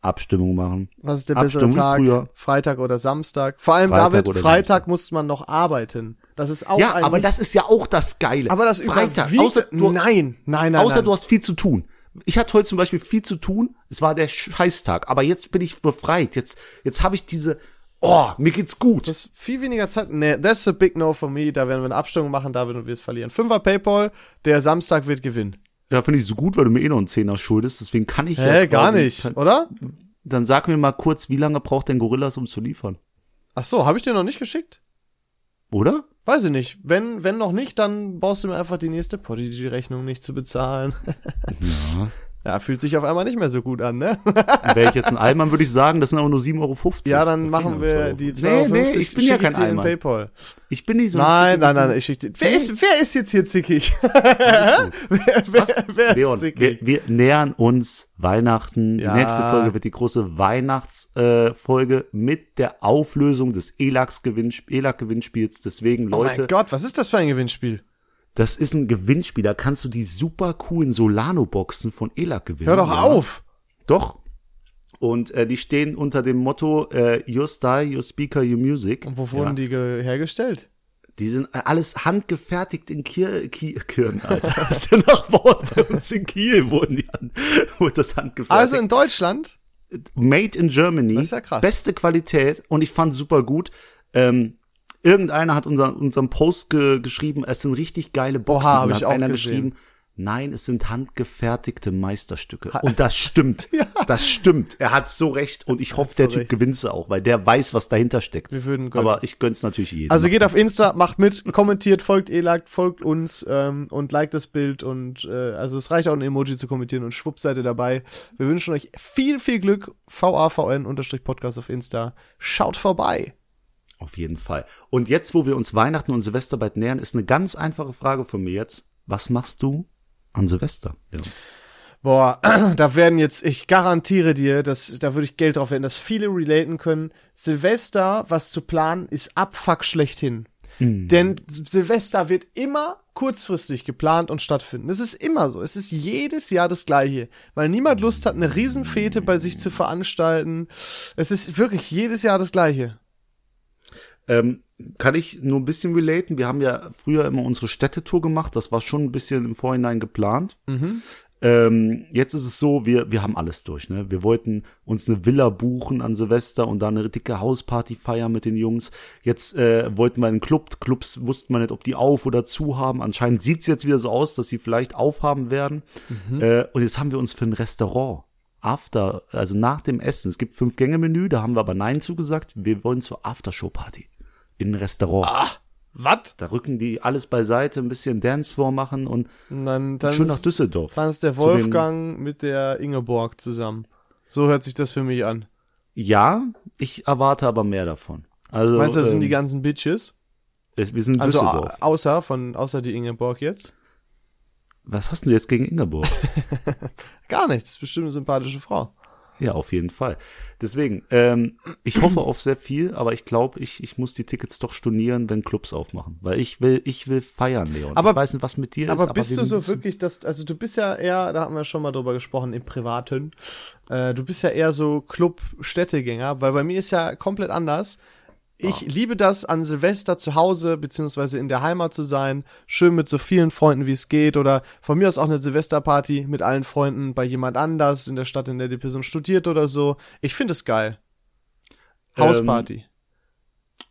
[SPEAKER 2] Abstimmung machen.
[SPEAKER 1] Was ist der bessere
[SPEAKER 2] Abstimmung
[SPEAKER 1] Tag?
[SPEAKER 2] früher.
[SPEAKER 1] Freitag oder Samstag? Vor allem,
[SPEAKER 2] Freitag
[SPEAKER 1] David,
[SPEAKER 2] oder
[SPEAKER 1] Freitag muss man noch arbeiten. Das ist auch
[SPEAKER 2] Ja,
[SPEAKER 1] ein
[SPEAKER 2] aber
[SPEAKER 1] nicht-
[SPEAKER 2] das ist ja auch das Geile.
[SPEAKER 1] aber das
[SPEAKER 2] Freitag,
[SPEAKER 1] überwiegt.
[SPEAKER 2] außer du,
[SPEAKER 1] nein, nein, nein.
[SPEAKER 2] außer
[SPEAKER 1] nein.
[SPEAKER 2] du hast viel zu tun. Ich hatte heute zum Beispiel viel zu tun. Es war der Scheißtag, aber jetzt bin ich befreit. Jetzt, jetzt habe ich diese. Oh, mir geht's gut.
[SPEAKER 1] Das ist viel weniger Zeit. Nee, that's a big no for me. Da werden wir eine Abstimmung machen, David und wir es verlieren. Fünfer Paypal, der Samstag wird gewinnen.
[SPEAKER 2] Ja, finde ich so gut, weil du mir eh noch einen Zehner schuldest. Deswegen kann ich
[SPEAKER 1] Hä,
[SPEAKER 2] ja
[SPEAKER 1] gar
[SPEAKER 2] quasi-
[SPEAKER 1] nicht, oder?
[SPEAKER 2] Dann sag mir mal kurz, wie lange braucht denn Gorillas, um zu liefern?
[SPEAKER 1] Ach so, habe ich dir noch nicht geschickt?
[SPEAKER 2] Oder?
[SPEAKER 1] Weiß ich nicht. Wenn, wenn noch nicht, dann brauchst du mir einfach die nächste Podigy-Rechnung nicht zu bezahlen. Ja. fühlt sich auf einmal nicht mehr so gut an, ne?
[SPEAKER 2] Wäre ich
[SPEAKER 1] *laughs*
[SPEAKER 2] jetzt ein Allmann, würde ich sagen, das sind aber nur 7,50 Euro.
[SPEAKER 1] Ja, dann
[SPEAKER 2] Da
[SPEAKER 1] machen
[SPEAKER 2] fehlen
[SPEAKER 1] wir
[SPEAKER 2] noch
[SPEAKER 1] die
[SPEAKER 2] 2,50 Euro.
[SPEAKER 1] 2,50
[SPEAKER 2] Nee, nee, ich bin ja
[SPEAKER 1] schick
[SPEAKER 2] kein
[SPEAKER 1] dir in
[SPEAKER 2] Allmann.
[SPEAKER 1] Paypal.
[SPEAKER 2] Ich bin nicht so ein
[SPEAKER 1] Nein,
[SPEAKER 2] Zickige-
[SPEAKER 1] nein, nein, ich schick dir. Wer ist, wer ist jetzt hier zickig? wer, wer, wer ist
[SPEAKER 2] Leon, wir,
[SPEAKER 1] zickig?
[SPEAKER 2] wir nähern uns Weihnachten.
[SPEAKER 1] Ja.
[SPEAKER 2] Die nächste Folge wird die große Weihnachtsfolge äh, Folge mit der Auflösung des ELAX-Gewinnspiels. ELAG-Gewinnspiels. Deswegen,
[SPEAKER 1] Oh mein
[SPEAKER 2] Leute,
[SPEAKER 1] Gott, was ist das für ein Gewinnspiel?
[SPEAKER 2] das ist ein Gewinnspiel. Da kannst du die super coolen Solano-Boxen von ELAG gewinnen.
[SPEAKER 1] Hör doch
[SPEAKER 2] Ja.
[SPEAKER 1] auf!
[SPEAKER 2] Doch. Und äh, die stehen unter dem Motto äh, Your Style, Your Speaker, Your Music.
[SPEAKER 1] Und wo wurden die ge- hergestellt?
[SPEAKER 2] Die sind äh, alles handgefertigt in Kiel, Kiel, Kirn, Alter. *laughs* Das ist ja noch Wort bei uns in Kiel wurden die an, *laughs* wurde das handgefertigt.
[SPEAKER 1] Also in Deutschland?
[SPEAKER 2] Made in Germany.
[SPEAKER 1] Das ist ja krass.
[SPEAKER 2] Beste Qualität und ich fand super gut. Ähm, irgendeiner hat unseren, unseren Post ge geschrieben, es sind richtig geile Boxen.
[SPEAKER 1] Oha, hab
[SPEAKER 2] Und da
[SPEAKER 1] ich
[SPEAKER 2] hat
[SPEAKER 1] auch
[SPEAKER 2] einer
[SPEAKER 1] gesehen.
[SPEAKER 2] geschrieben, nein, es sind handgefertigte Meisterstücke. Und
[SPEAKER 1] *laughs*
[SPEAKER 2] das stimmt. Das stimmt. Er hat so recht und ich hoffe, der
[SPEAKER 1] so
[SPEAKER 2] Typ
[SPEAKER 1] recht.
[SPEAKER 2] gewinnt sie auch, weil der weiß, was dahinter steckt.
[SPEAKER 1] Wir würden gönnen.
[SPEAKER 2] Aber ich gönn's natürlich jedem.
[SPEAKER 1] Also geht auf Insta, macht mit, kommentiert, folgt Elag, folgt uns ähm, und liked das Bild und äh, also es reicht auch ein Emoji zu kommentieren und schwupp seid ihr dabei. Wir wünschen euch viel, viel Glück. VAVN-Podcast auf Insta. Schaut vorbei.
[SPEAKER 2] Auf jeden Fall. Und jetzt, wo wir uns Weihnachten und Silvester bald nähern, ist eine ganz einfache Frage von mir jetzt. Was machst du an Silvester? Ja.
[SPEAKER 1] Boah, *clears throat* da werden jetzt, ich garantiere dir, dass, da würde ich Geld drauf werden, dass viele relaten können. Silvester, was zu planen, ist Abfuck schlechthin.
[SPEAKER 2] Mhm.
[SPEAKER 1] Denn Silvester wird immer kurzfristig geplant und stattfinden. Es ist immer so. Es ist jedes Jahr das Gleiche. Weil niemand Lust hat, eine Riesenfete bei sich zu veranstalten. Es ist wirklich jedes Jahr das Gleiche.
[SPEAKER 2] Ähm, kann ich nur ein bisschen relaten? Wir haben ja früher immer unsere Städtetour gemacht. Das war schon ein bisschen im Vorhinein geplant. Ähm, jetzt ist es so, wir, wir haben alles durch. Ne? Wir wollten uns eine Villa buchen an Silvester und dann eine dicke Hausparty feiern mit den Jungs. Jetzt äh, wollten wir in einen Club. Clubs wussten wir nicht, ob die auf oder zu haben. Anscheinend sieht's jetzt wieder so aus, dass sie vielleicht aufhaben werden. Äh, und jetzt haben wir uns für ein Restaurant. After, also nach dem Essen. Es gibt Fünf-Gänge-Menü, da haben wir aber Nein zugesagt. Wir wollen zur Aftershow-Party. In ein Restaurant.
[SPEAKER 1] Ah. Was?
[SPEAKER 2] Da rücken die alles beiseite, ein bisschen Dancefloor machen und
[SPEAKER 1] Und dann, dann,
[SPEAKER 2] schön nach
[SPEAKER 1] ist,
[SPEAKER 2] Düsseldorf.
[SPEAKER 1] dann ist der
[SPEAKER 2] Zu den-
[SPEAKER 1] Wolfgang mit der Ingeborg zusammen. So hört sich das für mich an.
[SPEAKER 2] Ja, ich erwarte aber mehr davon. Also,
[SPEAKER 1] Meinst du, das sind die
[SPEAKER 2] ähm,
[SPEAKER 1] ganzen Bitches?
[SPEAKER 2] es- wir sind in
[SPEAKER 1] Also
[SPEAKER 2] Düsseldorf.
[SPEAKER 1] au- außer von außer die Ingeborg jetzt?
[SPEAKER 2] Was hast du jetzt gegen
[SPEAKER 1] *laughs*
[SPEAKER 2] Ingeborg?
[SPEAKER 1] Gar nichts, bestimmt eine sympathische Frau.
[SPEAKER 2] ja, auf jeden Fall. Deswegen, ähm, ich hoffe auf sehr viel, aber ich glaube, ich, ich muss die Tickets doch stornieren, wenn Clubs aufmachen. Weil ich will, ich will feiern, Leon.
[SPEAKER 1] Aber-
[SPEAKER 2] ich weiß nicht, was mit dir
[SPEAKER 1] Aber
[SPEAKER 2] ist.
[SPEAKER 1] bist
[SPEAKER 2] wir
[SPEAKER 1] du so
[SPEAKER 2] müssen-
[SPEAKER 1] wirklich, dass also du bist ja eher, da hatten wir schon mal drüber gesprochen im privaten. Äh, du bist ja eher so Club-Städtegänger, weil bei mir ist ja komplett anders. Ich
[SPEAKER 2] Ah.
[SPEAKER 1] liebe das, an Silvester zu Hause beziehungsweise in der Heimat zu sein, schön mit so vielen Freunden, wie es geht, oder von mir aus auch eine Silvesterparty mit allen Freunden bei jemand anders in der Stadt, in der die Person studiert oder so. Ich finde es geil.
[SPEAKER 2] Ähm,
[SPEAKER 1] Hausparty.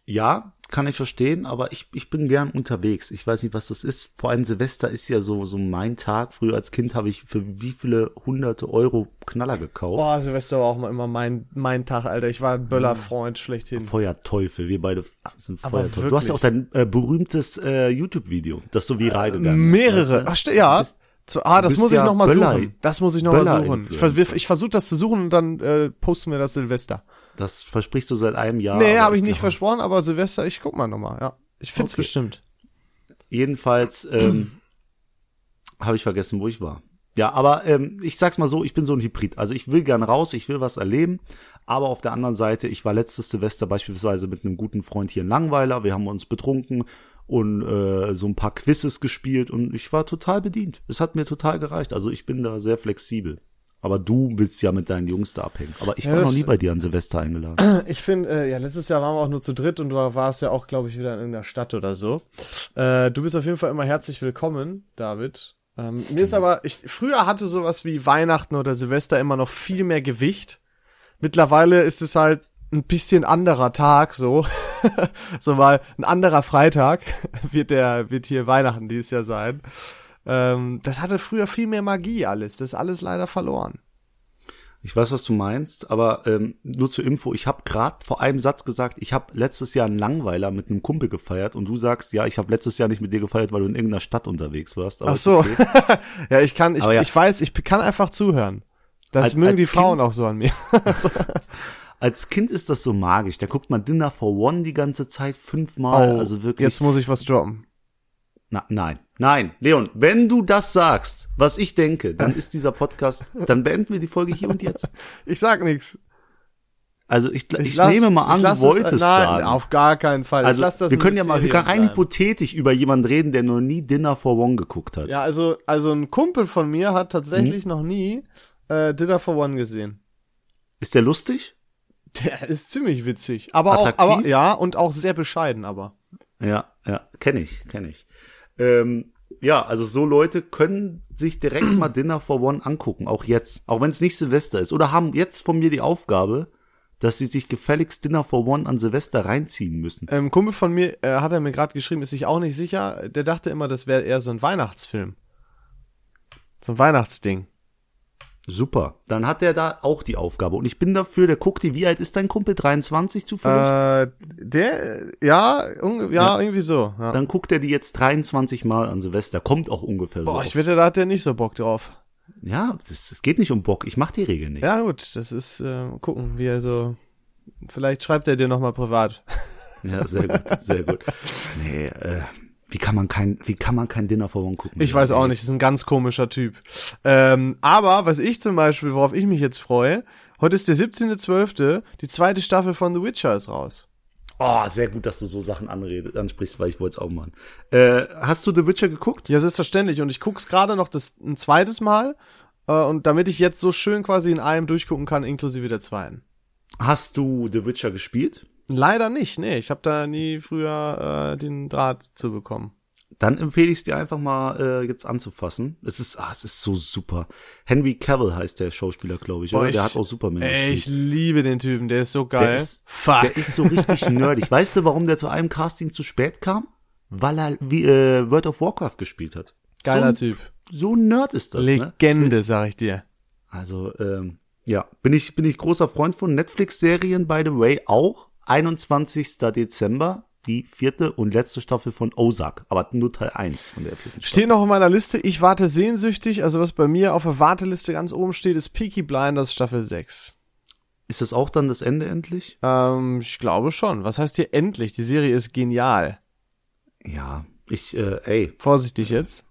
[SPEAKER 2] Ja, kann ich verstehen, aber ich, ich bin gern unterwegs. Ich weiß nicht, was das ist. Vor allem Silvester ist ja so, so mein Tag. Früher als Kind habe ich für wie viele hunderte Euro Knaller gekauft.
[SPEAKER 1] Boah, Silvester war auch mal immer mein, mein Tag, Alter. Ich war ein
[SPEAKER 2] Hm.
[SPEAKER 1] Böllerfreund schlechthin.
[SPEAKER 2] Feuerteufel, wir beide sind
[SPEAKER 1] aber
[SPEAKER 2] Feuerteufel. Du hast ja auch dein äh, berühmtes äh, YouTube-Video, das so viral gegangen ist.
[SPEAKER 1] Äh, Mehrere. Ach, ste- ja. Zu, ah, das
[SPEAKER 2] bist
[SPEAKER 1] muss ich
[SPEAKER 2] ja
[SPEAKER 1] noch mal
[SPEAKER 2] Böller-
[SPEAKER 1] suchen. Das muss ich noch mal suchen. Ich, vers-
[SPEAKER 2] Böller-Influencer.
[SPEAKER 1] ich versuche das zu suchen und dann äh, posten wir das Silvester.
[SPEAKER 2] Das versprichst du seit einem Jahr.
[SPEAKER 1] nee,
[SPEAKER 2] Ah, aber
[SPEAKER 1] habe ich nicht
[SPEAKER 2] glaube-
[SPEAKER 1] versprochen, aber Silvester, ich guck mal noch mal. Ja, ich find's
[SPEAKER 2] Okay.
[SPEAKER 1] bestimmt.
[SPEAKER 2] Jedenfalls ähm, Habe ich vergessen, wo ich war. Ja, aber ähm, ich sag's mal so, ich bin so ein Hybrid. Also ich will gern raus, ich will was erleben, aber auf der anderen Seite, ich war letztes Silvester beispielsweise mit einem guten Freund hier in Langweiler, wir haben uns betrunken und äh, so ein paar Quizzes gespielt und ich war total bedient. Es hat mir total gereicht. Also ich bin da sehr flexibel. Aber du willst ja mit deinen Jungs da abhängen. Aber ich
[SPEAKER 1] Ja,
[SPEAKER 2] war noch
[SPEAKER 1] das-
[SPEAKER 2] nie bei dir an Silvester eingeladen.
[SPEAKER 1] Ich finde, äh, ja, letztes Jahr waren wir auch nur zu dritt und du warst ja auch, glaube ich, wieder in irgendeiner Stadt oder so. Äh, du bist auf jeden Fall immer herzlich willkommen, David. Ähm, mir ist aber, ich, früher hatte sowas wie Weihnachten oder Silvester immer noch viel mehr Gewicht. Mittlerweile ist es halt ein bisschen anderer Tag, so. *laughs* so mal ein anderer Freitag *laughs* wird der, wird hier Weihnachten dieses Jahr sein. Ähm, das hatte früher viel mehr Magie alles. Das ist alles leider verloren.
[SPEAKER 2] Ich weiß, was du meinst, aber ähm, nur zur Info, ich habe gerade vor einem Satz gesagt, ich habe letztes Jahr einen Langweiler mit einem Kumpel gefeiert und du sagst, ja, ich habe letztes Jahr nicht mit dir gefeiert, weil du in irgendeiner Stadt unterwegs warst. Aber
[SPEAKER 1] Ach
[SPEAKER 2] ist
[SPEAKER 1] so.
[SPEAKER 2] okay.
[SPEAKER 1] *laughs* ja, ich kann, ich,
[SPEAKER 2] Aber ja.
[SPEAKER 1] ich weiß, ich kann einfach zuhören. Das
[SPEAKER 2] Als-
[SPEAKER 1] mögen
[SPEAKER 2] als
[SPEAKER 1] die Frauen
[SPEAKER 2] Kind-
[SPEAKER 1] auch so an mir.
[SPEAKER 2] Als Kind ist das so magisch. Da guckt man Dinner for One die ganze Zeit fünfmal. also wirklich.
[SPEAKER 1] Oh, Jetzt muss ich was droppen.
[SPEAKER 2] Na, nein, nein, Leon, wenn du das sagst, was ich denke, dann ist dieser Podcast, dann beenden wir die Folge hier und jetzt.
[SPEAKER 1] Ich sag nichts.
[SPEAKER 2] Also ich, ich,
[SPEAKER 1] lass-
[SPEAKER 2] nehme mal an,
[SPEAKER 1] lass
[SPEAKER 2] du
[SPEAKER 1] es-
[SPEAKER 2] wolltest
[SPEAKER 1] nein,
[SPEAKER 2] sagen.
[SPEAKER 1] auf gar keinen Fall. ich
[SPEAKER 2] also
[SPEAKER 1] lass das
[SPEAKER 2] wir
[SPEAKER 1] ein
[SPEAKER 2] können ja mal
[SPEAKER 1] Mysterium
[SPEAKER 2] rein
[SPEAKER 1] bleiben.
[SPEAKER 2] hypothetisch über jemanden reden, der noch nie Dinner for One geguckt hat.
[SPEAKER 1] Ja, also, also ein Kumpel von mir hat
[SPEAKER 2] Mhm.
[SPEAKER 1] tatsächlich noch nie äh, Dinner for One gesehen.
[SPEAKER 2] Ist der lustig?
[SPEAKER 1] Der ist ziemlich witzig. Aber auch,
[SPEAKER 2] Attraktiv?
[SPEAKER 1] aber, ja, und auch sehr bescheiden, aber.
[SPEAKER 2] Ja, ja, kenne ich, kenne ich. Ähm, ja, also so Leute können sich direkt mal Dinner for One angucken, auch jetzt, auch wenn es nicht Silvester ist. Oder haben jetzt von mir die Aufgabe, dass sie sich gefälligst Dinner for One an Silvester reinziehen müssen.
[SPEAKER 1] Ähm, Kumpel von mir äh, hat er mir gerade geschrieben, ist sich auch nicht sicher. Der dachte immer, das wäre eher so ein Weihnachtsfilm. So ein Weihnachtsding.
[SPEAKER 2] Super. Dann hat er da auch die Aufgabe. Und ich bin dafür, der guckt die, wie alt ist dein Kumpel? 23 zufällig?
[SPEAKER 1] Äh, der, ja, unge- ja, irgendwie so. Ja.
[SPEAKER 2] Dann guckt er die jetzt 23 Mal an Silvester. Kommt auch ungefähr so.
[SPEAKER 1] Boah, ich
[SPEAKER 2] auf.
[SPEAKER 1] wette, da hat der nicht so Bock drauf.
[SPEAKER 2] Ja, es geht nicht um Bock. Ich mach die Regel nicht.
[SPEAKER 1] Ja, gut, das ist, äh, gucken, wie er so. Vielleicht schreibt er dir nochmal *laughs* privat.
[SPEAKER 2] Ja, sehr gut, sehr gut. Nee, äh, wie kann man kein, wie kann man kein Dinner for One gucken?
[SPEAKER 1] Ich weiß auch nicht, ist ein ganz komischer Typ. Ähm, aber was ich zum Beispiel, worauf ich mich jetzt freue, heute ist der 17.12., die zweite Staffel von The Witcher ist raus.
[SPEAKER 2] Oh, sehr gut, dass du so Sachen anredet, ansprichst, weil ich wollte es auch machen. Äh, hast du The Witcher geguckt?
[SPEAKER 1] Ja, selbstverständlich. Und ich guck's gerade noch das ein zweites Mal. Äh, und damit ich jetzt so schön quasi in einem durchgucken kann, inklusive der zweiten.
[SPEAKER 2] Hast du The Witcher gespielt?
[SPEAKER 1] Leider nicht, nee. Ich habe da nie früher äh, den Draht zu bekommen.
[SPEAKER 2] Dann empfehle ich es dir einfach mal äh, jetzt anzufassen. Es ist, ah, es ist so super. Henry Cavill heißt der Schauspieler, glaube ich.
[SPEAKER 1] Boah,
[SPEAKER 2] oder?
[SPEAKER 1] ich-
[SPEAKER 2] der hat auch Superman
[SPEAKER 1] Ey, ich
[SPEAKER 2] gespielt.
[SPEAKER 1] liebe den Typen, der ist so geil.
[SPEAKER 2] Der ist-
[SPEAKER 1] Fuck.
[SPEAKER 2] Der ist
[SPEAKER 1] *laughs*
[SPEAKER 2] so richtig nerdig. Weißt du, warum der zu einem Casting zu spät kam? Weil er wie, äh, World of Warcraft gespielt hat. so,
[SPEAKER 1] Geiler
[SPEAKER 2] ein-
[SPEAKER 1] Typ.
[SPEAKER 2] So ein Nerd ist das, ne?
[SPEAKER 1] Legende, sag ich dir.
[SPEAKER 2] Also, ähm, ja, bin ich, bin ich großer Freund von Netflix-Serien, by the way, auch. 21. Dezember, die vierte und letzte Staffel von Ozark. Aber nur Teil 1 von der vierten Staffel.
[SPEAKER 1] Steht noch in meiner Liste, ich warte sehnsüchtig. Also was bei mir auf der Warteliste ganz oben steht, ist Peaky Blinders Staffel 6.
[SPEAKER 2] Ist das auch dann das Ende endlich?
[SPEAKER 1] Ähm, ich glaube schon. Was heißt hier endlich? Die Serie ist genial.
[SPEAKER 2] Ja, ich, äh, ey,
[SPEAKER 1] Vorsichtig jetzt.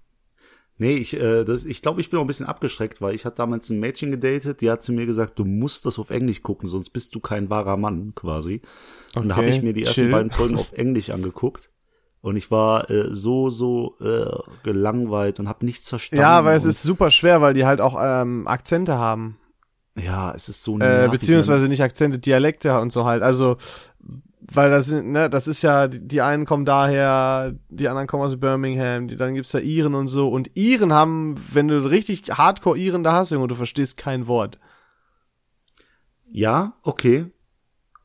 [SPEAKER 2] nee, ich, äh, das, ich glaube, ich bin auch ein bisschen abgeschreckt, weil ich hatte damals ein Mädchen gedatet, die hat zu mir gesagt, du musst das auf Englisch gucken, sonst bist du kein wahrer Mann, quasi. Und da
[SPEAKER 1] Okay,
[SPEAKER 2] habe ich mir die ersten
[SPEAKER 1] chill.
[SPEAKER 2] beiden Folgen
[SPEAKER 1] *laughs*
[SPEAKER 2] auf Englisch angeguckt. Und ich war äh, so, so äh, gelangweilt und habe nichts verstanden.
[SPEAKER 1] Ja, weil es
[SPEAKER 2] und,
[SPEAKER 1] ist super schwer, weil die halt auch ähm, Akzente haben.
[SPEAKER 2] Ja, es ist so
[SPEAKER 1] Äh,
[SPEAKER 2] nervig,
[SPEAKER 1] beziehungsweise nicht Akzente, Dialekte und so halt. Also, weil das sind, ne, das ist ja, die die einen kommen daher, die anderen kommen aus Birmingham, die, dann gibt's da Iren und so. Und Iren haben, wenn du richtig Hardcore Iren da hast, Junge, du verstehst kein Wort.
[SPEAKER 2] wenn- Ja, okay.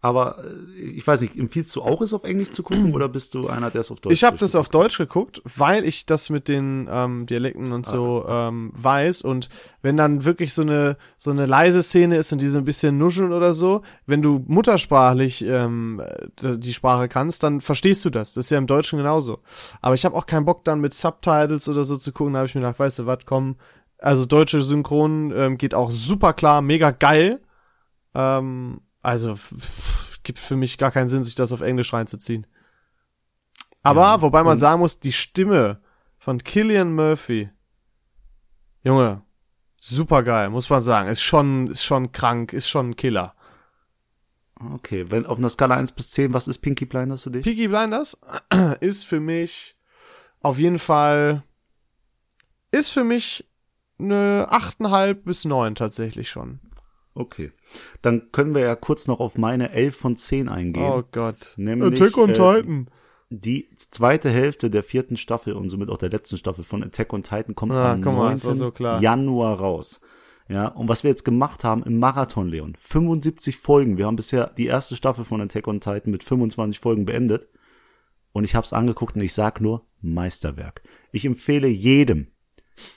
[SPEAKER 2] Aber äh, ich weiß nicht, empfiehlst du auch, es auf Englisch zu gucken oder bist du einer, der es auf Deutsch
[SPEAKER 1] Ich habe
[SPEAKER 2] guckt?
[SPEAKER 1] das auf Deutsch geguckt, weil ich das mit den ähm, Dialekten und so ähm, weiß. Und wenn dann wirklich so eine so eine leise Szene ist und die so ein bisschen nuscheln oder so, wenn du muttersprachlich ähm, d- die Sprache kannst, dann verstehst du das. Das ist ja im Deutschen genauso. Aber ich habe auch keinen Bock dann mit Subtitles oder so zu gucken. Da habe ich mir gedacht, weißt du was, komm. Also deutsche Synchron ähm, geht auch super klar, mega geil. Ähm, also f- f- gibt für mich gar keinen Sinn, sich das auf Englisch reinzuziehen. Aber wobei man sagen muss, die Stimme von Killian Murphy Junge, super geil, muss man sagen. Ist schon, ist schon krank, ist schon ein Killer.
[SPEAKER 2] Okay, wenn auf einer Skala 1 bis 10, was ist Pinky Blinders für dich?
[SPEAKER 1] Peaky Blinders *clears throat* ist für mich auf jeden Fall, ist für mich eine 8,5 bis 9 tatsächlich schon.
[SPEAKER 2] Okay. Dann können wir ja kurz noch auf meine 11 von 10 eingehen.
[SPEAKER 1] Oh Gott.
[SPEAKER 2] Nämlich,
[SPEAKER 1] Attack on
[SPEAKER 2] äh,
[SPEAKER 1] Titan.
[SPEAKER 2] Die zweite Hälfte der vierten Staffel und somit auch der letzten Staffel von Attack on Titan kommt
[SPEAKER 1] Ah,
[SPEAKER 2] am
[SPEAKER 1] guck mal,
[SPEAKER 2] 9.
[SPEAKER 1] das war so klar.
[SPEAKER 2] Januar raus. Ja, und was wir jetzt gemacht haben im Marathon, Leon, 75 Folgen. Wir haben bisher die erste Staffel von Attack on Titan mit 25 Folgen beendet. Und ich hab's angeguckt und ich sag nur Meisterwerk. Ich empfehle jedem,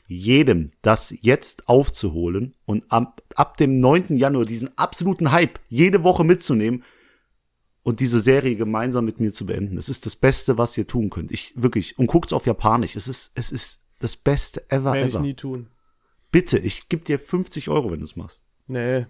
[SPEAKER 2] jedem das jetzt aufzuholen und ab, ab dem 9. Januar diesen absoluten Hype jede Woche mitzunehmen und diese Serie gemeinsam mit mir zu beenden. Es ist das Beste, was ihr tun könnt. Ich wirklich und guckt's auf Japanisch. Es ist es ist das Beste ever
[SPEAKER 1] Werde ich
[SPEAKER 2] ever.
[SPEAKER 1] nie tun.
[SPEAKER 2] Bitte, ich geb dir 50 Euro, wenn du's machst.
[SPEAKER 1] Nee.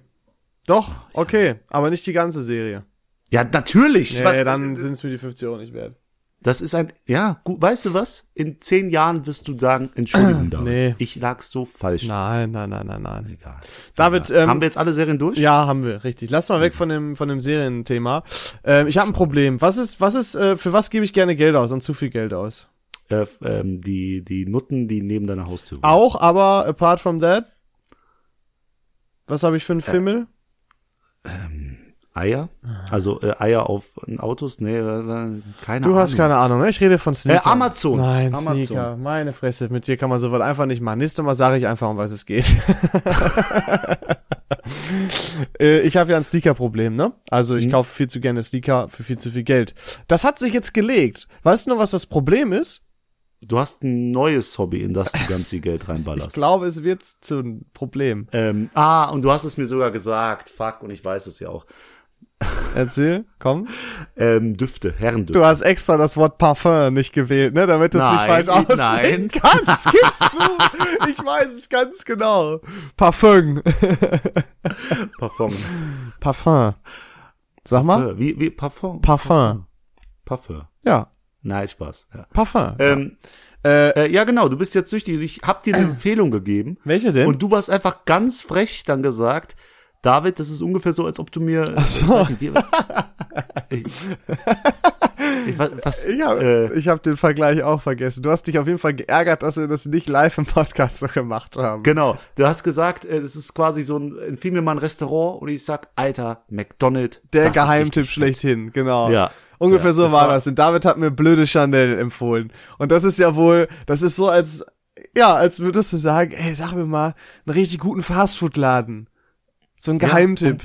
[SPEAKER 1] Doch, okay, aber nicht die ganze Serie. äh,
[SPEAKER 2] Ja, natürlich.
[SPEAKER 1] Nee,
[SPEAKER 2] Was-
[SPEAKER 1] dann sind es mir die 50 Euro nicht wert.
[SPEAKER 2] Das ist ein, ja, gut, weißt du was? In zehn Jahren wirst du sagen,
[SPEAKER 1] *clears throat*
[SPEAKER 2] Entschuldigung, David.
[SPEAKER 1] Nee.
[SPEAKER 2] Ich lag so falsch.
[SPEAKER 1] Nein, nein, nein, nein, nein.
[SPEAKER 2] Egal.
[SPEAKER 1] David,
[SPEAKER 2] Ja.
[SPEAKER 1] ähm,
[SPEAKER 2] haben wir Hm. jetzt alle Serien durch?
[SPEAKER 1] ja, haben wir, richtig. Lass mal weg von dem von dem Serienthema. Ähm, ich habe ein Problem. Was ist, was ist, äh, für was gebe ich gerne Geld aus und zu viel Geld aus?
[SPEAKER 2] Äh, f- ähm, die, die Nutten, die neben deiner Haustür wohnen.
[SPEAKER 1] Auch, aber apart from that, was habe ich für einen
[SPEAKER 2] Äh,
[SPEAKER 1] Fimmel?
[SPEAKER 2] Eier? Also äh, Eier auf Autos? Nee, äh, keine
[SPEAKER 1] Du hast
[SPEAKER 2] Ahnung.
[SPEAKER 1] keine Ahnung, ne? Ich rede von Sneaker.
[SPEAKER 2] Äh, Amazon.
[SPEAKER 1] Nein,
[SPEAKER 2] Amazon.
[SPEAKER 1] Sneaker. Meine Fresse, mit dir kann man sowas einfach nicht machen. Nächstes Mal sage ich einfach, um was es geht. *laughs* Äh, ich habe ja ein Sneaker-Problem, ne? Also
[SPEAKER 2] Hm.
[SPEAKER 1] ich kaufe viel zu gerne Sneaker für viel zu viel Geld. Das hat sich jetzt gelegt. Weißt du noch, was das Problem ist?
[SPEAKER 2] Du hast ein neues Hobby,
[SPEAKER 1] *laughs*
[SPEAKER 2] in das du ganz viel Geld
[SPEAKER 1] Ich
[SPEAKER 2] reinballerst.
[SPEAKER 1] glaube, es wird zu einem Problem.
[SPEAKER 2] Ähm, ah, und du hast es mir sogar gesagt. Fuck, und ich weiß es ja auch.
[SPEAKER 1] Erzähl, komm.
[SPEAKER 2] Ähm, Düfte, Herrendüfte.
[SPEAKER 1] Du hast extra das Wort Parfum nicht gewählt, ne? Damit du es nicht
[SPEAKER 2] Nein,
[SPEAKER 1] falsch aussprechen
[SPEAKER 2] nein.
[SPEAKER 1] kannst. Gibst du? Ich weiß es ganz genau. Parfum.
[SPEAKER 2] Parfum.
[SPEAKER 1] Parfum. Sag mal,
[SPEAKER 2] Äh, Wie, wie Parfum?
[SPEAKER 1] Parfum.
[SPEAKER 2] Parfum.
[SPEAKER 1] Ja,
[SPEAKER 2] Nein, Spaß. Ja.
[SPEAKER 1] Parfum.
[SPEAKER 2] Ähm,
[SPEAKER 1] Äh,
[SPEAKER 2] Äh, ja, genau, du bist jetzt süchtig. Ich hab dir eine
[SPEAKER 1] *clears throat*
[SPEAKER 2] Empfehlung gegeben.
[SPEAKER 1] Welche denn?
[SPEAKER 2] Und du warst einfach ganz frech dann gesagt, David, das ist ungefähr so, als ob du mir. Ach
[SPEAKER 1] so.
[SPEAKER 2] Ich, ich, wa-
[SPEAKER 1] *laughs*
[SPEAKER 2] was,
[SPEAKER 1] ich habe
[SPEAKER 2] äh,
[SPEAKER 1] ich hab den Vergleich auch vergessen. Du hast dich auf jeden Fall geärgert, dass wir das nicht live im Podcast so gemacht haben.
[SPEAKER 2] genau, du hast gesagt, äh, es ist quasi so ein, empfiehl mir mal ein Restaurant und ich sag, Alter, McDonald's.
[SPEAKER 1] Der
[SPEAKER 2] das ist
[SPEAKER 1] Geheimtipp
[SPEAKER 2] richtig schlecht.
[SPEAKER 1] schlechthin, genau.
[SPEAKER 2] Ja.
[SPEAKER 1] Ungefähr
[SPEAKER 2] Ja,
[SPEAKER 1] so
[SPEAKER 2] das
[SPEAKER 1] war
[SPEAKER 2] war-
[SPEAKER 1] das. Und David hat mir blöde Chanel empfohlen. Und das ist ja wohl, das ist so als, ja, als würdest du sagen, ey, sag mir mal, einen richtig guten Fastfood-Laden. So ein Geheimtipp.